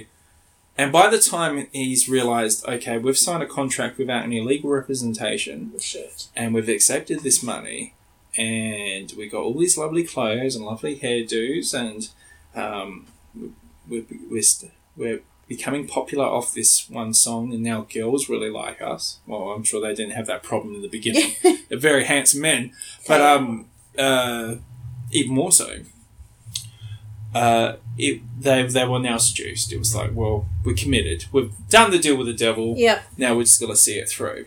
Speaker 1: and by the time he's realised, okay, we've signed a contract without any legal representation,
Speaker 2: Shit.
Speaker 1: and we've accepted this money, and we got all these lovely clothes and lovely hairdos, and um, we're we're, st- we're becoming popular off this one song, and now girls really like us. Well, I'm sure they didn't have that problem in the beginning. They're very handsome men, but um, uh, even more so. Uh, it, they, they were now seduced. It was like, well, we're committed. We've done the deal with the devil
Speaker 2: Yep.
Speaker 1: now we're just going to see it through.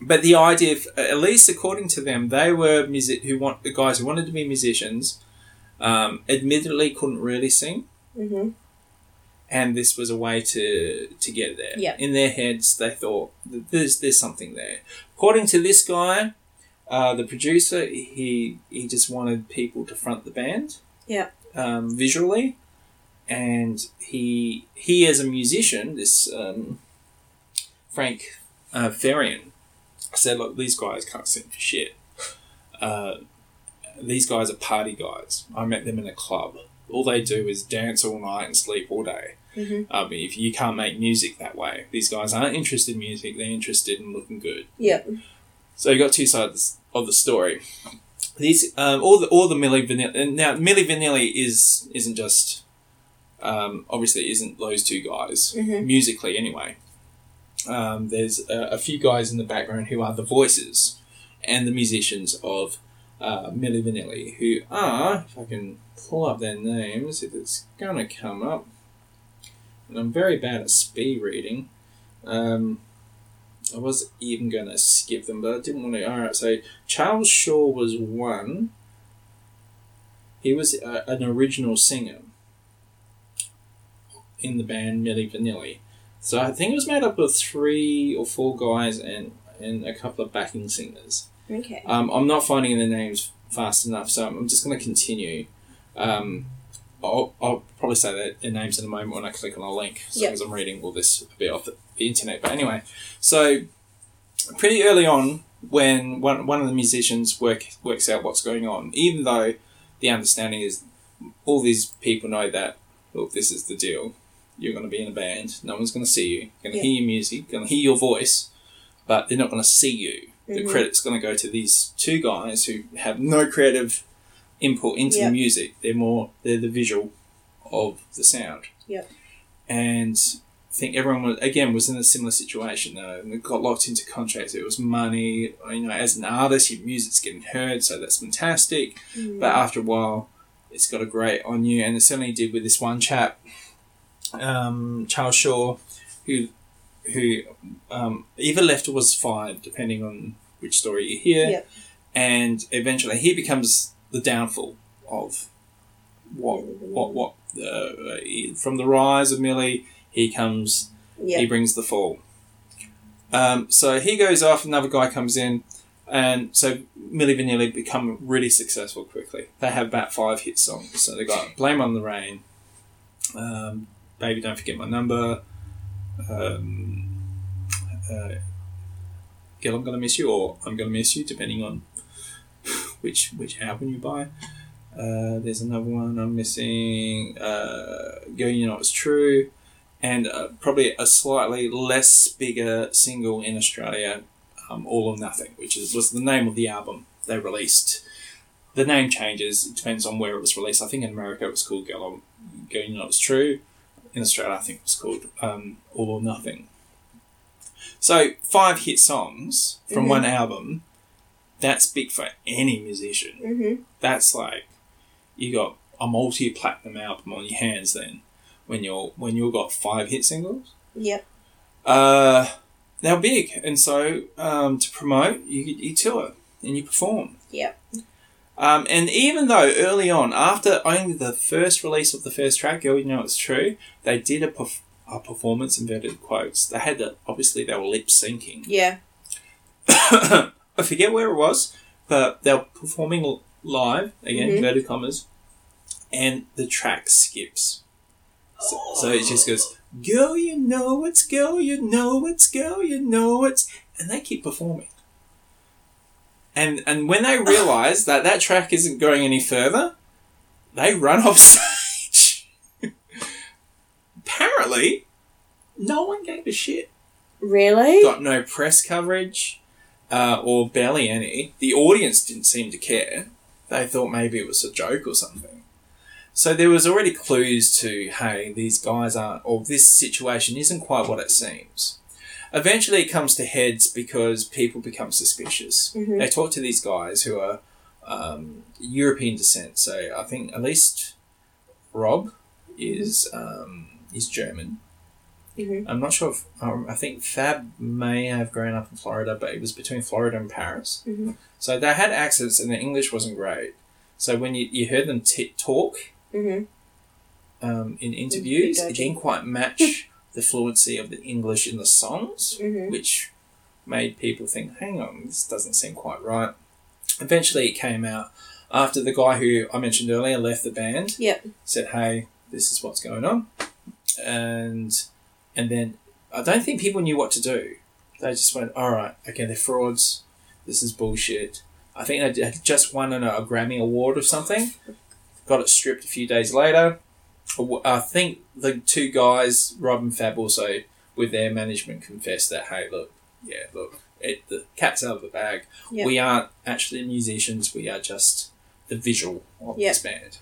Speaker 1: But the idea, of, at least according to them, they were music who want the guys who wanted to be musicians. Um, admittedly, couldn't really sing,
Speaker 2: Mm-hmm.
Speaker 1: and this was a way to to get there.
Speaker 2: Yeah.
Speaker 1: In their heads, they thought that there's there's something there. According to this guy, uh, the producer, he he just wanted people to front the band.
Speaker 2: Yeah.
Speaker 1: Um, visually, and he he as a musician, this um, Frank uh, Farian said, "Look, these guys can't sing for shit. Uh, these guys are party guys. I met them in a club. All they do is dance all night and sleep all day.
Speaker 2: Mhm.
Speaker 1: I mean, if you can't make music that way, these guys aren't interested in music. They're interested in looking good.
Speaker 2: Yep.
Speaker 1: So you got two sides of the story. These um, all the all the Millie Vanilli and now Millie Vanilli is isn't just um, obviously isn't those two guys
Speaker 2: Mhm.
Speaker 1: musically anyway. Um, there's a, a few guys in the background who are the voices and the musicians of uh, Millie Vanilli, who are if I can pull up their names if it's gonna come up. And I'm very bad at speed reading. Um, I was even going to skip them, but I didn't want to. Alright, so Charles Shaw was one. He was uh, an original singer in the band Milli Vanilli. So I think it was made up of three or four guys and, and a couple of backing singers.
Speaker 2: Okay.
Speaker 1: Um, I'm not finding the names fast enough, so I'm just going to continue. Um, I'll, I'll probably say their, their names in a moment when I click on a link, as
Speaker 2: Yep.
Speaker 1: long as I'm reading all this a bit off the, the internet. But anyway, so pretty early on, when one, one of the musicians work, works out what's going on, even though the understanding is all these people know that, look, this is the deal, You're going to be in a band. No one's going to see you. You're going to
Speaker 2: Yeah.
Speaker 1: hear your music. Going to hear your voice, but they're not going to see you.
Speaker 2: Mm-hmm.
Speaker 1: The credit's going to go to these two guys who have no creative input into
Speaker 2: Yep.
Speaker 1: the music. They're more they're the visual of the sound.
Speaker 2: Yep.
Speaker 1: And I think everyone was, again was in a similar situation. Uh, and it got locked into contracts. It was money. You know, as an artist, your music's getting heard, so that's fantastic.
Speaker 2: Mm-hmm.
Speaker 1: But after a while, it's got a grate on you, and it certainly did with this one chap, um, Charles Shaw, who who um, either left or was fired, depending on which story you hear.
Speaker 2: Yep.
Speaker 1: And eventually, he becomes the downfall of what what what uh, he- from the rise of Millie, he comes
Speaker 2: yeah.
Speaker 1: he brings the fall. Um, so he goes off, another guy comes in, and so Milli Vanilli become really successful quickly. They have about five hit songs. So they got Blame on the Rain, um, Baby Don't Forget My Number, um, uh, Girl I'm Gonna Miss You, or I'm Gonna Miss You, depending on which which album you buy. Uh, there's another one I'm missing, uh, Girl You Know It's True and uh, probably a slightly less bigger single in Australia, um, All or Nothing, which is, was the name of the album they released. The name changes, it depends on where it was released. I think in America it was called Girl, or, Girl You Know It's True. In Australia, I think it was called um, All or Nothing. So, five hit songs from
Speaker 2: Mhm.
Speaker 1: one album, that's big for any musician
Speaker 2: Mm-hmm.
Speaker 1: that's like you got a multi platinum album on your hands then when you're when you've got five hit singles.
Speaker 2: Yep.
Speaker 1: Uh they're big and so um, to promote you, you tour and you perform.
Speaker 2: Yep.
Speaker 1: Um, and even though early on, after only the first release of the first track, Girl, You Know It's True, they did a, perf- a performance inverted quotes. They had to, obviously, they were lip syncing.
Speaker 2: Yeah.
Speaker 1: I forget where it was, but they were performing l- live again,
Speaker 2: Mhm.
Speaker 1: inverted commas, and the track skips. So, so it just goes, "Girl, you know it's girl, you know it's girl, you know it's," and they keep performing. And and when they realise that that track isn't going any further, they run off stage. Apparently, no one gave a shit
Speaker 2: Really?
Speaker 1: got no press coverage uh, or barely any. The audience didn't seem to care. They thought maybe it was a joke or something. So there was already clues to hey, these guys aren't, or this situation isn't quite what it seems. Eventually, it comes to heads because people become suspicious.
Speaker 2: Mhm.
Speaker 1: They talk to these guys who are um, European descent. So I think at least Rob is um, is German.
Speaker 2: Mhm.
Speaker 1: I'm not sure if um, I think Fab may have grown up in Florida, but it was between Florida and Paris.
Speaker 2: Mhm.
Speaker 1: So they had accents, and their English wasn't great. So when you, you heard them t- talk
Speaker 2: Mm-hmm.
Speaker 1: um, in interviews, it
Speaker 2: dodgy.
Speaker 1: didn't quite match the fluency of the English in the songs,
Speaker 2: Mhm.
Speaker 1: which made people think, hang on, this doesn't seem quite right. Eventually, it came out after the guy who I mentioned earlier left the band
Speaker 2: Yep.
Speaker 1: said, "Hey, this is what's going on," and and then I don't think people knew what to do. They just went, "All right, okay, they're frauds. This is bullshit." I think they had just won an, a Grammy award or something. Got it stripped a few days later. I think the two guys, Rob and Fab, also with their management confessed that, "Hey, look, yeah, look, it, the cat's out of the bag.
Speaker 2: Yeah.
Speaker 1: We aren't actually musicians. We are just the visual of
Speaker 2: Yeah.
Speaker 1: this band."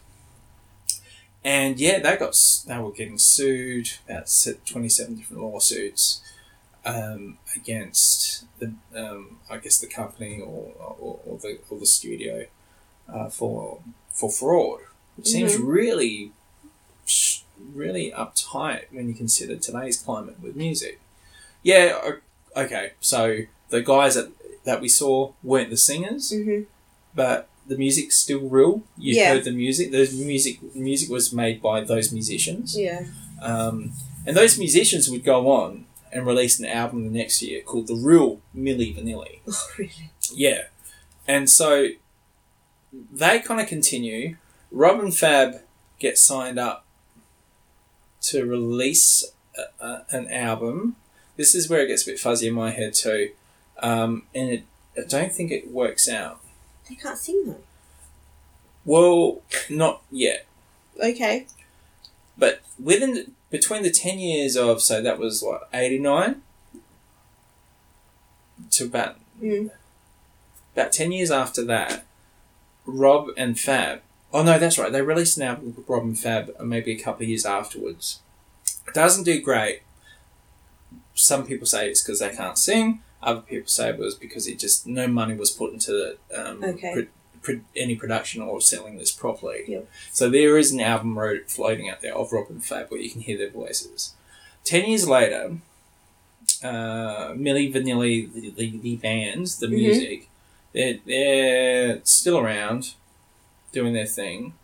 Speaker 1: And yeah, they got s- they were getting sued about twenty seven different lawsuits um, against the um, I guess the company or, or, or the or the studio uh, for for fraud, which
Speaker 2: Mm-hmm.
Speaker 1: seems really s- really uptight when you consider today's climate with music. Yeah, o- okay. So the guys that that we saw weren't the singers,
Speaker 2: Mm-hmm.
Speaker 1: but the music's still real. You
Speaker 2: Yeah.
Speaker 1: heard the music. The music music was made by those musicians.
Speaker 2: Yeah.
Speaker 1: Um, and those musicians would go on and release an album the next year called The Real Milli Vanilli.
Speaker 2: Oh, really?
Speaker 1: Yeah. And so they kind of continue. Rob and Fab get signed up to release a, a, an album. This is where it gets a bit fuzzy in my head, too. Um, and it, I don't think it works out.
Speaker 2: They can't sing though.
Speaker 1: Well, not yet.
Speaker 2: Okay.
Speaker 1: But within between the 10 years of, so that was what, 89? To about,
Speaker 2: Mm.
Speaker 1: about 10 years after that, Rob and Fab. Oh no, that's right. They released an album with Rob and Fab uh, maybe a couple of years afterwards. Doesn't do great. Some people say it's because they can't sing. Other people say it was because it just no money was put into the, um,
Speaker 2: Okay.
Speaker 1: pro- pro- any production or selling this properly.
Speaker 2: Yep.
Speaker 1: So there is an album ro- floating out there of Rob and Fab where you can hear their voices. Ten years later, uh, Milli Vanilli, the, the, the bands, the
Speaker 2: Mhm.
Speaker 1: music, they're, they're still around doing their thing.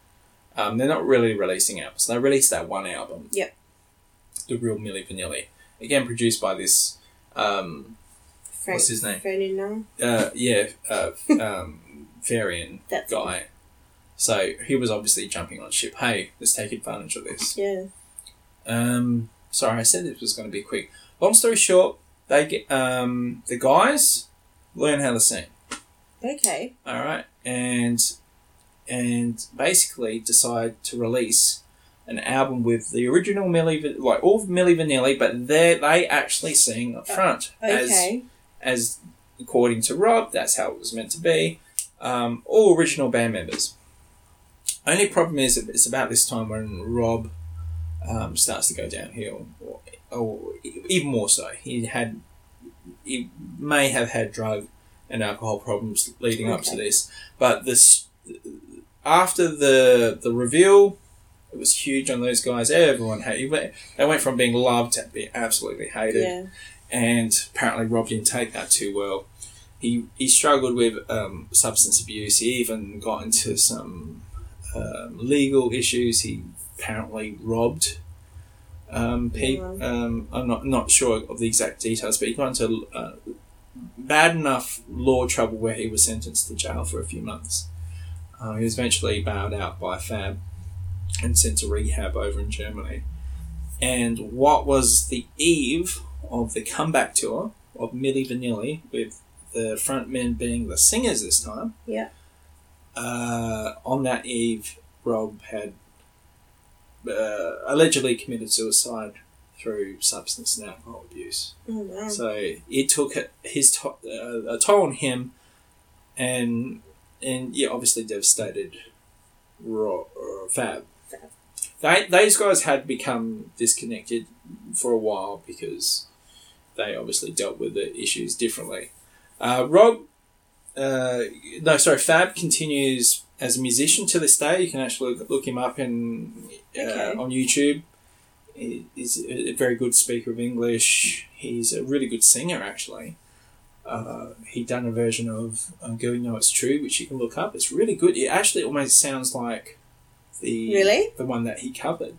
Speaker 1: Um, they're not really releasing albums. They released that one album.
Speaker 2: Yep.
Speaker 1: The Real Milli Vanilli. Again, produced by this, um,
Speaker 2: Frank,
Speaker 1: What's his name?
Speaker 2: Ferdinand?
Speaker 1: uh, yeah, uh, um, Varian
Speaker 2: That's
Speaker 1: guy. So he was obviously jumping on ship. Hey, let's take advantage of this.
Speaker 2: Yeah.
Speaker 1: Um, sorry, I said this was going to be quick. Long story short, they get um, the guys learn how to sing.
Speaker 2: Okay.
Speaker 1: All right, and and basically decide to release an album with the original Milli, Va- like all of Milli Vanilli, but they they actually sing up front as
Speaker 2: Okay.
Speaker 1: as according to Rob, that's how it was meant to be. Um, all original band members. Only problem is that it's about this time when Rob um, starts to go downhill, or, or even more so. He had, he may have had drug and alcohol problems leading up to
Speaker 2: Okay.
Speaker 1: this, but this after the the reveal, it was huge on those guys. Everyone hated. They went from being loved to being absolutely hated
Speaker 2: yeah.
Speaker 1: and apparently Rob didn't take that too well. He he struggled with um, substance abuse. He even got into some um, legal issues. He apparently robbed um, people.
Speaker 2: Wow.
Speaker 1: Um, I'm not not sure of the exact details, but he got into uh, bad enough law trouble where he was sentenced to jail for a few months. Uh, he was eventually bailed out by Fab and sent to rehab over in Germany. And what was the eve of the comeback tour of Milli Vanilli, with the front men being the singers this time.
Speaker 2: Yeah.
Speaker 1: Uh, on that eve, Rob had uh, allegedly committed suicide through substance and alcohol abuse.
Speaker 2: Oh, wow.
Speaker 1: So it took his to- uh, a toll on him, and and yeah, obviously devastated Ro- uh, Fab.
Speaker 2: Fab.
Speaker 1: They, those guys had become disconnected for a while because they obviously dealt with the issues differently. Uh, Rob, uh, no, sorry, Fab continues as a musician to this day. You can actually look, look him up in, uh,
Speaker 2: Okay.
Speaker 1: on YouTube. He- He's a a very good speaker of English. He's a really good singer, actually. Uh, he done a version of uh, "Girl, You Know It's True," which you can look up. It's really good. It actually almost sounds like the
Speaker 2: Really?
Speaker 1: the one that he covered.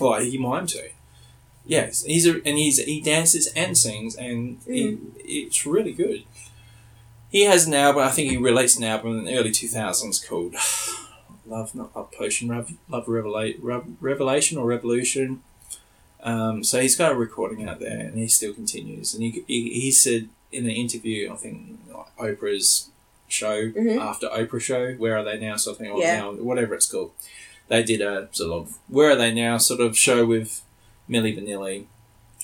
Speaker 1: Well, he mimed to. Yes, he's a, and he's he dances and sings, and he, it's really good. He has an album. I think he released an album in the early two thousands called Love Not Love Potion, Rev, Love Revela- Rev, Revelation or Revolution. Um, so he's got a recording out there, and he still continues. And he he, he said in an interview, I think like Oprah's show
Speaker 2: Mhm.
Speaker 1: after Oprah show, where are they now? Something or
Speaker 2: Yeah.
Speaker 1: now, whatever it's called. They did a sort of where are they now sort of show with Millie Vanilli,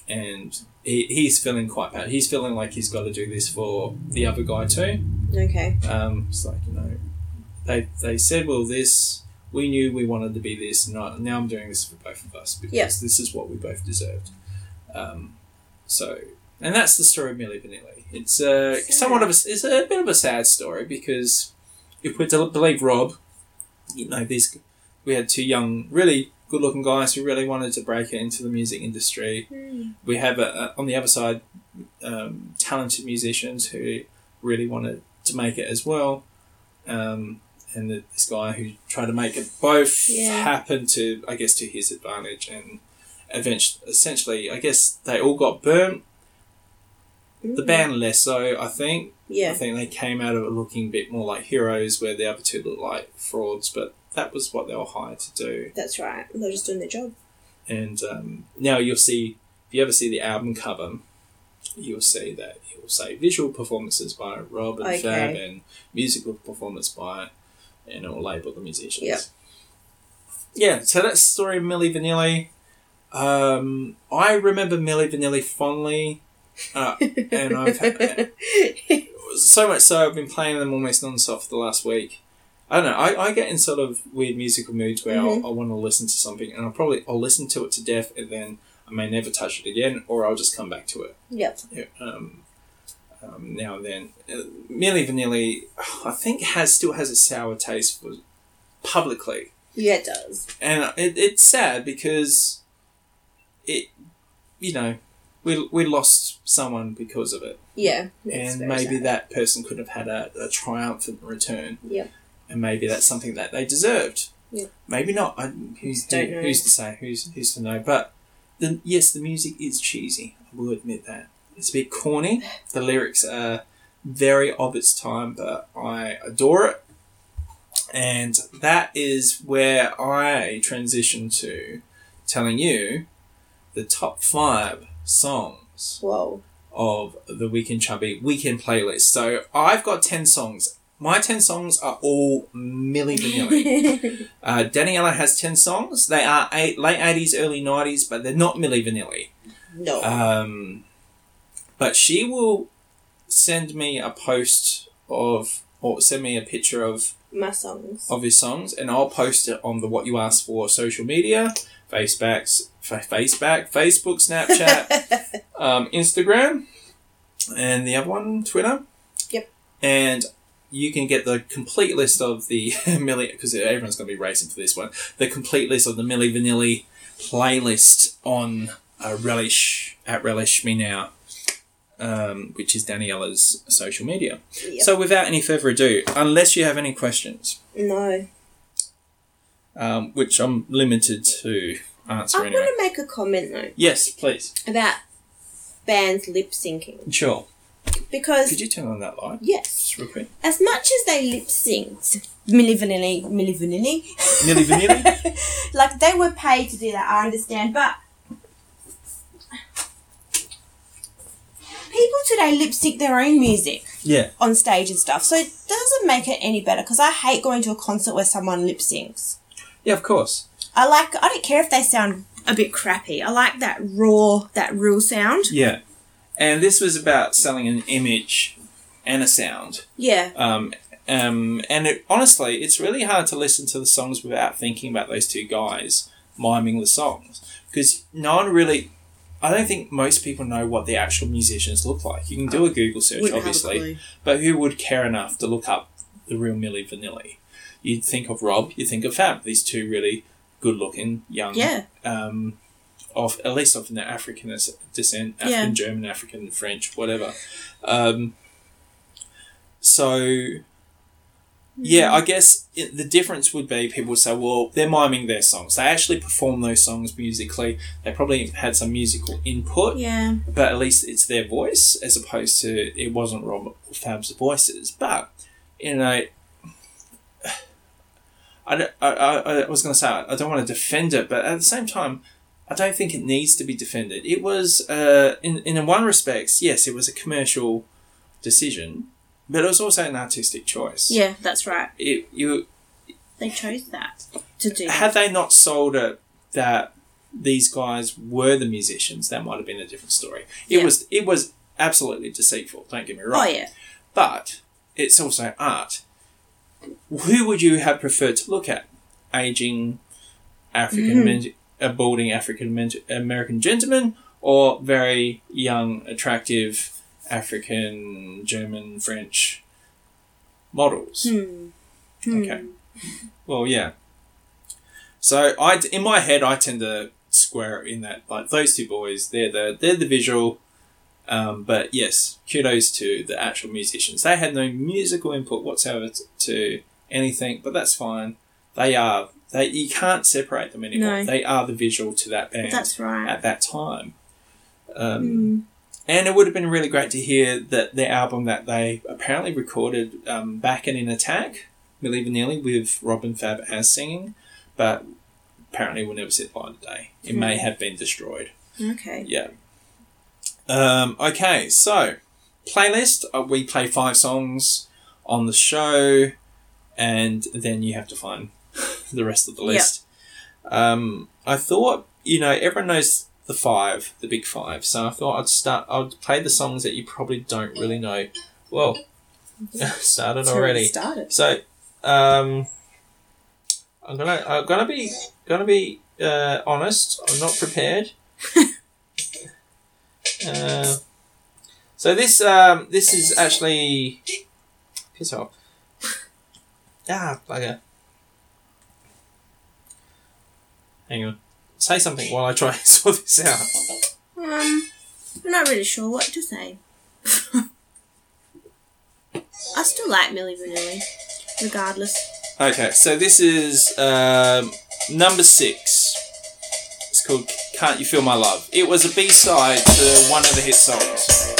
Speaker 1: and he, he's feeling quite bad. He's feeling like he's got to do this for the other guy too.
Speaker 2: Okay.
Speaker 1: Um, it's like you know, they they said, well, this we knew we wanted to be this, and I, now I'm doing this for both of us because
Speaker 2: Yeah.
Speaker 1: this is what we both deserved. Um, so, and that's the story of Millie Vanilli. It's uh,
Speaker 2: Sad.
Speaker 1: somewhat of a it's a bit of a sad story because if we're to believe Rob, you know, these we had two young, really good-looking guys who really wanted to break into the music industry
Speaker 2: Mm.
Speaker 1: we have uh on the other side um, talented musicians who really wanted to make it as well um, and the, this guy who tried to make it both
Speaker 2: Yeah.
Speaker 1: happen to i guess to his advantage and eventually essentially i guess they all got burnt the
Speaker 2: Mm.
Speaker 1: band less so i think i
Speaker 2: Yeah.
Speaker 1: think they came out of it looking a bit more like heroes where the other two looked like frauds but that was what they were hired to do
Speaker 2: That's right. They're just doing their job.
Speaker 1: and um, now you'll see if you ever see the album cover you'll see that it will say visual performances by rob and
Speaker 2: Okay.
Speaker 1: fab and musical performance by and it will label the musicians
Speaker 2: Yep.
Speaker 1: yeah so that's the story of millie vanilli Um, I remember Millie Vanilli fondly, uh, and I've had, so much so I've been playing them almost non-stop for the last week. I don't know. I, I get in sort of weird musical moods where I'll, I want to listen to something, and I'll probably I'll listen to it to death, and then I may never touch it again, or I'll just come back to it
Speaker 2: yep.
Speaker 1: um, um, now and then. Uh, Milli Vanilli, I think, has still has a sour taste for publicly,
Speaker 2: Yeah, it does.
Speaker 1: and it, it's sad because it, you know, we we lost someone because of it,
Speaker 2: Yeah. it's
Speaker 1: and
Speaker 2: very
Speaker 1: maybe
Speaker 2: sad.
Speaker 1: that person could have had a, a triumphant return,
Speaker 2: Yep.
Speaker 1: and maybe that's something that they deserved.
Speaker 2: Yeah.
Speaker 1: Maybe not. I, who's
Speaker 2: Don't
Speaker 1: who-
Speaker 2: know.
Speaker 1: who's to say? Who's who's to know? But the yes, the music is cheesy. I will admit that it's a bit corny. The lyrics are very of its time, but I adore it. And that is where I transition to telling you the top five songs
Speaker 2: Whoa.
Speaker 1: of the Weekend Chubby weekend playlist. So I've got 10 songs. My 10 songs are all Milli Vanilli. uh, Daniela has 10 songs. They are eight, late 80s, early 90s, but they're not Milli Vanilli.
Speaker 2: no.
Speaker 1: Um, but she will send me a post of, or send me a picture of,
Speaker 2: My songs.
Speaker 1: of his songs, and I'll post it on the What You Asked For social media, Facebooks, fa- Facebook, Facebook, Snapchat, um, Instagram, and the other one, Twitter.
Speaker 2: Yep.
Speaker 1: And you can get the complete list of the Millie, because everyone's going to be racing for this one, the complete list of the Millie Vanilli playlist on uh, Relish, at Relish Me Now, um, which is Daniela's social media.
Speaker 2: Yep.
Speaker 1: So without any further ado, unless you have any questions,
Speaker 2: no.
Speaker 1: um, which I'm limited to answer
Speaker 2: I
Speaker 1: anyway.
Speaker 2: want to make a comment though
Speaker 1: Yes, please.
Speaker 2: about bands lip syncing
Speaker 1: Sure.
Speaker 2: because
Speaker 1: Could you turn on that light?
Speaker 2: yes,
Speaker 1: Just real quick.
Speaker 2: as much as they lip synced Milli Vanilli, Milli Vanilli,
Speaker 1: Milli Vanilli?
Speaker 2: like they were paid to do that. I understand, but people today lip sync their own music
Speaker 1: Yeah.
Speaker 2: on stage and stuff, so it doesn't make it any better. Because I hate going to a concert where someone lip syncs.
Speaker 1: Yeah, of course.
Speaker 2: I like. I don't care if they sound a bit crappy. I like that raw, that real sound.
Speaker 1: Yeah. And this was about selling an image and a sound.
Speaker 2: Yeah.
Speaker 1: Um, um, and it, honestly, it's really hard to listen to the songs without thinking about those two guys miming the songs. Because no one really, I don't think most people know what the actual musicians look like. You can do a Google search,
Speaker 2: Wouldn't have a
Speaker 1: obviously,
Speaker 2: clue.
Speaker 1: but who would care enough to look up the real Milli Vanilli? You'd think of Rob, you'd think of Fab, these two really good looking young
Speaker 2: Yeah.
Speaker 1: um, of at least of an African as- descent, African,
Speaker 2: Yeah.
Speaker 1: German, African, French, whatever. Um, so, yeah, I guess it, the difference would be people would say, well, they're miming their songs. They actually perform those songs musically. They probably had some musical input,
Speaker 2: Yeah.
Speaker 1: but at least it's their voice as opposed to it wasn't Rob or Fab's voices. But you know, I, don't- I, I, I was going to say I don't want to defend it, but at the same time, I don't think it needs to be defended. It was uh, in in one respects, yes, it was a commercial decision, but it was also an artistic choice.
Speaker 2: Yeah. That's right.
Speaker 1: It, you
Speaker 2: They chose that to do.
Speaker 1: had they not sold it that these guys were the musicians, that might have been a different story. It
Speaker 2: Yeah.
Speaker 1: was it was absolutely deceitful, don't get me wrong.
Speaker 2: oh yeah.
Speaker 1: But it's also art. Who would you have preferred to look at? Aging African
Speaker 2: Mm-hmm.
Speaker 1: men, a balding African men, American gentleman, or very young, attractive African, German, French models?
Speaker 2: Hmm. Hmm.
Speaker 1: Okay. Well, yeah. So I, in my head, I tend to square it in that like those two boys, they're the they're the visual. Um, but yes, kudos to the actual musicians. They had no musical input whatsoever t- to anything, but that's fine. They are they you can't separate them anymore.
Speaker 2: No.
Speaker 1: They are the visual to that band
Speaker 2: That's right.
Speaker 1: at that time. Um,
Speaker 2: Hmm.
Speaker 1: and it would have been really great to hear that the album that they apparently recorded um, back in an attack, Milli Vanilli with Robin Fab as singing, but apparently will never sit light of day. It may
Speaker 2: Hmm.
Speaker 1: have been destroyed.
Speaker 2: Okay.
Speaker 1: Yeah. Um, okay, so playlist. Uh, we play five songs on the show, and then you have to find the rest of the list. Um, I thought you know, everyone knows the five, the big five. So I thought I'd start. I'd play the songs that you probably don't really know. Well, started
Speaker 2: It's
Speaker 1: already.
Speaker 2: started.
Speaker 1: So, um, I'm gonna I'm gonna be gonna be uh, honest. I'm not prepared. uh, so this um, this is actually piss off. Ah, bugger. Hang on. Say something while I try and sort this out.
Speaker 2: Um, I'm not really sure what to say. I still like Millie Vanilli, regardless.
Speaker 1: Okay, so this is um, number six. It's called Can't You Feel My Love. It was a B side to one of the hit songs.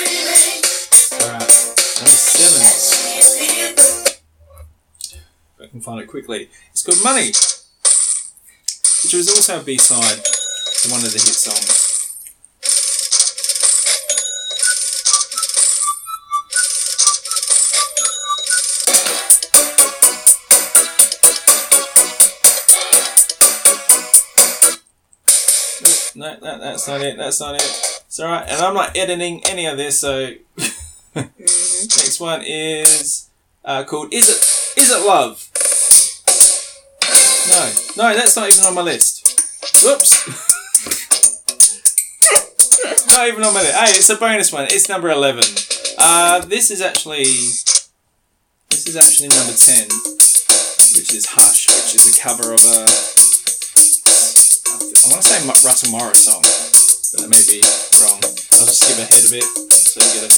Speaker 1: Alright, number seven. If I can find it quickly. It's called Money, which was also a B side to one of the hit songs. No, no, that, that's not it. That's not it. It's alright. And I'm not editing any of this, so. Next one is uh, called Is It Is It Love? No, no, that's not even on my list. Whoops. not even on my list. Hey, it's a bonus one. It's number 11. Uh, this is actually. This is actually number 10, which is Hush, which is a cover of a. I want to say Mu- Russell Morris song, but that may be wrong. I'll just skip ahead a bit so you get a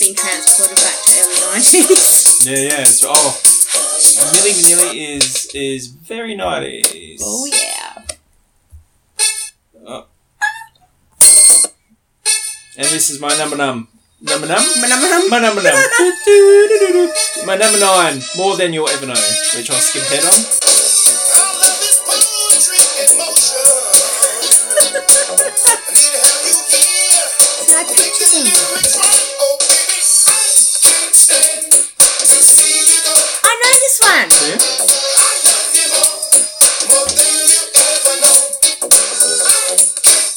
Speaker 2: Being transported back to early 90s.
Speaker 1: Yeah, yeah. It's, oh, Millie Vanilli is is very nineties.
Speaker 2: Oh, yeah.
Speaker 1: And this is my number num, number num,
Speaker 2: My number num.
Speaker 1: my number num, Do-do-do-do-do. my number nine. More than you'll ever know, which I'll skip ahead on.
Speaker 2: I picture them. I know this one.
Speaker 1: Yeah.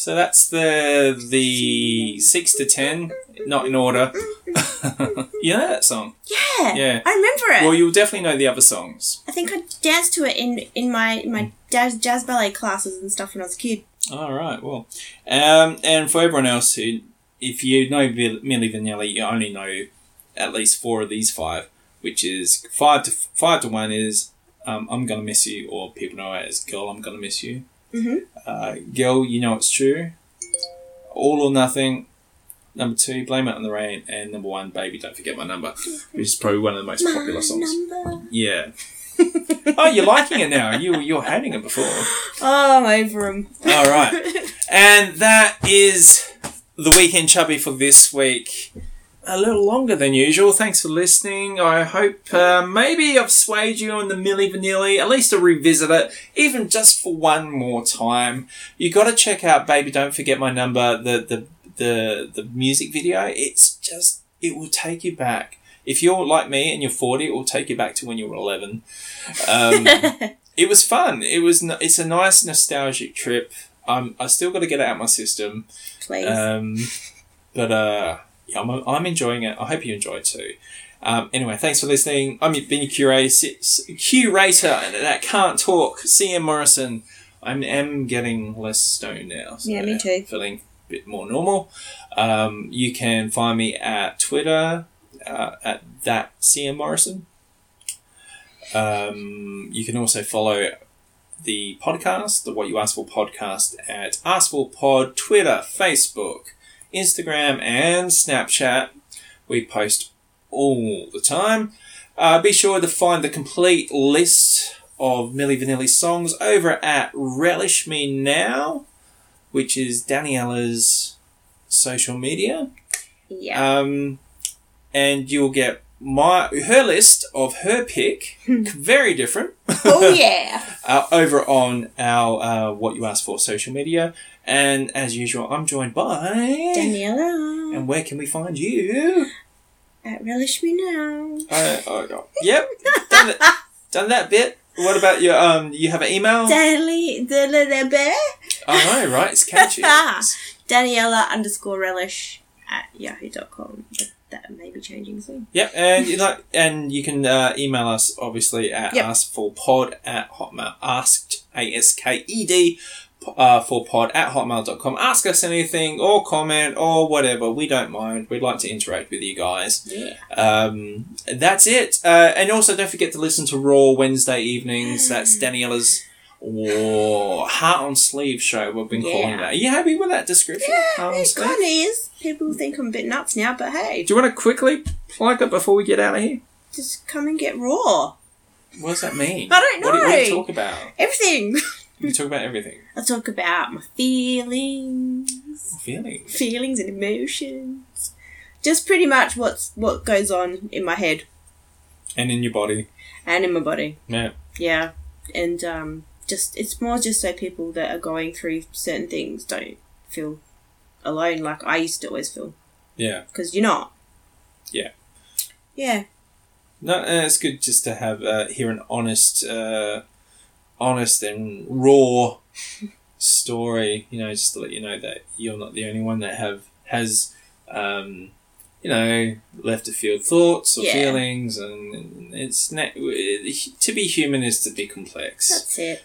Speaker 1: So that's the the six to ten, not in order. you know that song?
Speaker 2: Yeah.
Speaker 1: Yeah.
Speaker 2: I remember it.
Speaker 1: Well, you'll definitely know the other songs.
Speaker 2: I think I danced to it in, in my, in my jazz, jazz ballet classes and stuff when I was a kid.
Speaker 1: All right. Well, um, and for everyone else who, if you know Vil- Milli Vanilli, you only know at least four of these five, which is five to five to one is um, I'm gonna miss you, or people know it as Girl, I'm gonna miss you.
Speaker 2: Mhm.
Speaker 1: Uh, Girl, you know it's true. All or nothing. Number two, blame it on the rain, and number one, baby, don't forget my number, which is probably one of the most
Speaker 2: My
Speaker 1: popular songs.
Speaker 2: number.
Speaker 1: Yeah. oh, you're liking it now. You you're hating it before.
Speaker 2: Oh, I'm over 'em.
Speaker 1: All right. And that is the weekend chubby for this week. A little longer than usual. Thanks for listening. I hope uh, maybe I've swayed you on the Milli Vanilli, at least to revisit it, even just for one more time. You got to check out "Baby, Don't Forget My Number," the the the the music video. It's just it will take you back. If you're like me and you're forty, it will take you back to when you were eleven. Um, it was fun. It was. n- It's a nice nostalgic trip. Um, I still got to get it out my system.
Speaker 2: Please.
Speaker 1: Um, but uh, yeah, I'm, I'm enjoying it. I hope you enjoy it too. Um, anyway, thanks for listening. I'm your- been your curator, curator that can't talk, CM Morrison. I am getting less stoned now. So
Speaker 2: Yeah, me too.
Speaker 1: Feeling a bit more normal. Um, you can find me at Twitter uh, at that CM Morrison. Um, you can also follow the podcast, the What You Ask For podcast at Ask For Pod, Twitter, Facebook, Instagram, and Snapchat. We post all the time. Uh, be sure to find the complete list of Milli Vanilli songs over at Relish Me Now, which is Daniela's social media. uh,
Speaker 2: yeah.
Speaker 1: Um, and you'll get my her list of her pick very different.
Speaker 2: Oh yeah.
Speaker 1: uh, over on our uh, what you asked for social media, and as usual, I'm joined by
Speaker 2: Daniela.
Speaker 1: And where can we find you?
Speaker 2: At relish me now.
Speaker 1: Uh, oh, God. Yep, done that. Done that bit. What about your um? You have an email.
Speaker 2: Dali Dali-
Speaker 1: I know, right? It's catchy. It's-
Speaker 2: Daniela underscore relish at yahoo.com. But that may be changing soon.
Speaker 1: Yep, and you like, and you can uh, email us obviously at
Speaker 2: Yep.
Speaker 1: askforpod at hotmail asked a s k e d uh, for pod at hotmail.com. Ask us anything or comment or whatever. We don't mind. We'd like to interact with you guys.
Speaker 2: Yeah.
Speaker 1: Um, that's it. Uh, and also don't forget to listen to Raw Wednesday evenings. That's
Speaker 2: Mm.
Speaker 1: Daniela's war heart on sleeve show. We've been calling
Speaker 2: Yeah.
Speaker 1: that. Are you happy with that description? Heart on
Speaker 2: it
Speaker 1: sleeve?
Speaker 2: kind of is. People think I'm a bit nuts now, but hey,
Speaker 1: Do you want to quickly plug it before we get out of here?
Speaker 2: just come and get raw.
Speaker 1: What does that mean?
Speaker 2: I don't
Speaker 1: What do, you- what do you
Speaker 2: know.
Speaker 1: talk about?
Speaker 2: Everything.
Speaker 1: You talk about everything.
Speaker 2: I talk about my feelings,
Speaker 1: Feelings.
Speaker 2: feelings and emotions. Just pretty much what's what goes on in my head
Speaker 1: And in your body.
Speaker 2: and in my body.
Speaker 1: Yeah.
Speaker 2: Yeah, and um, just it's more just so people that are going through certain things don't feel alone like I used to always feel
Speaker 1: Yeah.
Speaker 2: because you're not.
Speaker 1: Yeah.
Speaker 2: Yeah.
Speaker 1: No, uh, it's good just to have, uh, hear an honest, uh, honest and raw story, you know, just to let you know that you're not the only one that have, has, um, you know, left of field thoughts or
Speaker 2: Yeah.
Speaker 1: feelings, and it's ne- to be human is to be complex.
Speaker 2: That's it.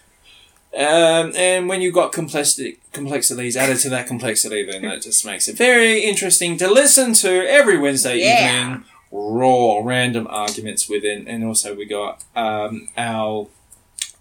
Speaker 1: Um, and when you've got complexity, complexities added to that complexity, then that just makes it very interesting to listen to every Wednesday
Speaker 2: Yeah.
Speaker 1: evening. Raw, random arguments within, and also we got um, our.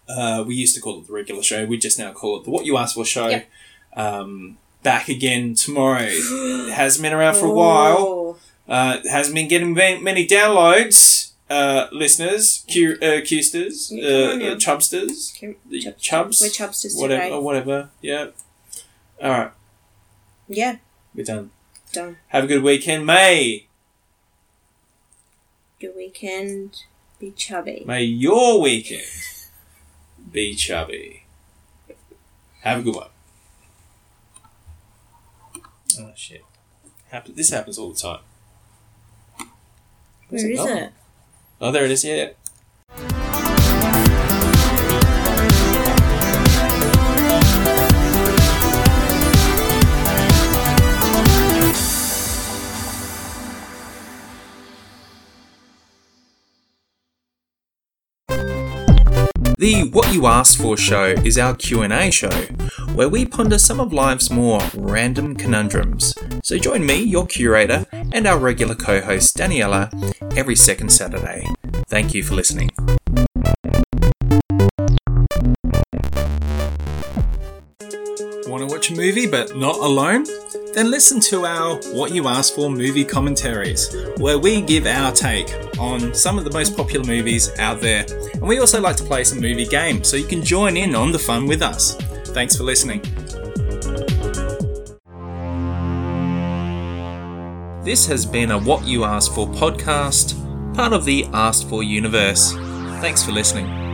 Speaker 1: Uh, we used to call it the regular show. We just now call it the What You Asked For show.
Speaker 2: Yep.
Speaker 1: Um, back again tomorrow. it has been around for a while.
Speaker 2: Oh,
Speaker 1: Uh, it hasn't been getting ma- many downloads. Uh, listeners, Q, uh, Qsters,
Speaker 2: Yeah,
Speaker 1: uh,
Speaker 2: come on, yeah.
Speaker 1: uh, Chubsters,
Speaker 2: okay.
Speaker 1: the
Speaker 2: Chub-
Speaker 1: Chubs
Speaker 2: We're chubsters
Speaker 1: whatever,
Speaker 2: today.
Speaker 1: or whatever. Yeah. All right,
Speaker 2: Yeah.
Speaker 1: we're done.
Speaker 2: Done.
Speaker 1: Have a good weekend, May.
Speaker 2: Your weekend. Be chubby.
Speaker 1: May your weekend be chubby. Have a good one. Oh shit! Happen- this happens all the time. Where's
Speaker 2: Where is
Speaker 1: gone?
Speaker 2: it?
Speaker 1: Oh, there it is. Yeah. The What You Asked For show is our Q&A show where we ponder some of life's more random conundrums. So join me, your curator, and our regular co-host Daniela every second Saturday. Thank you for listening. Want to watch a movie but not alone? Then listen to our What You Asked For movie commentaries, where we give our take on some of the most popular movies out there. And we also like to play some movie games, so you can join in on the fun with us. Thanks for listening. This has been a What You Asked For podcast, part of the Asked For universe. Thanks for listening.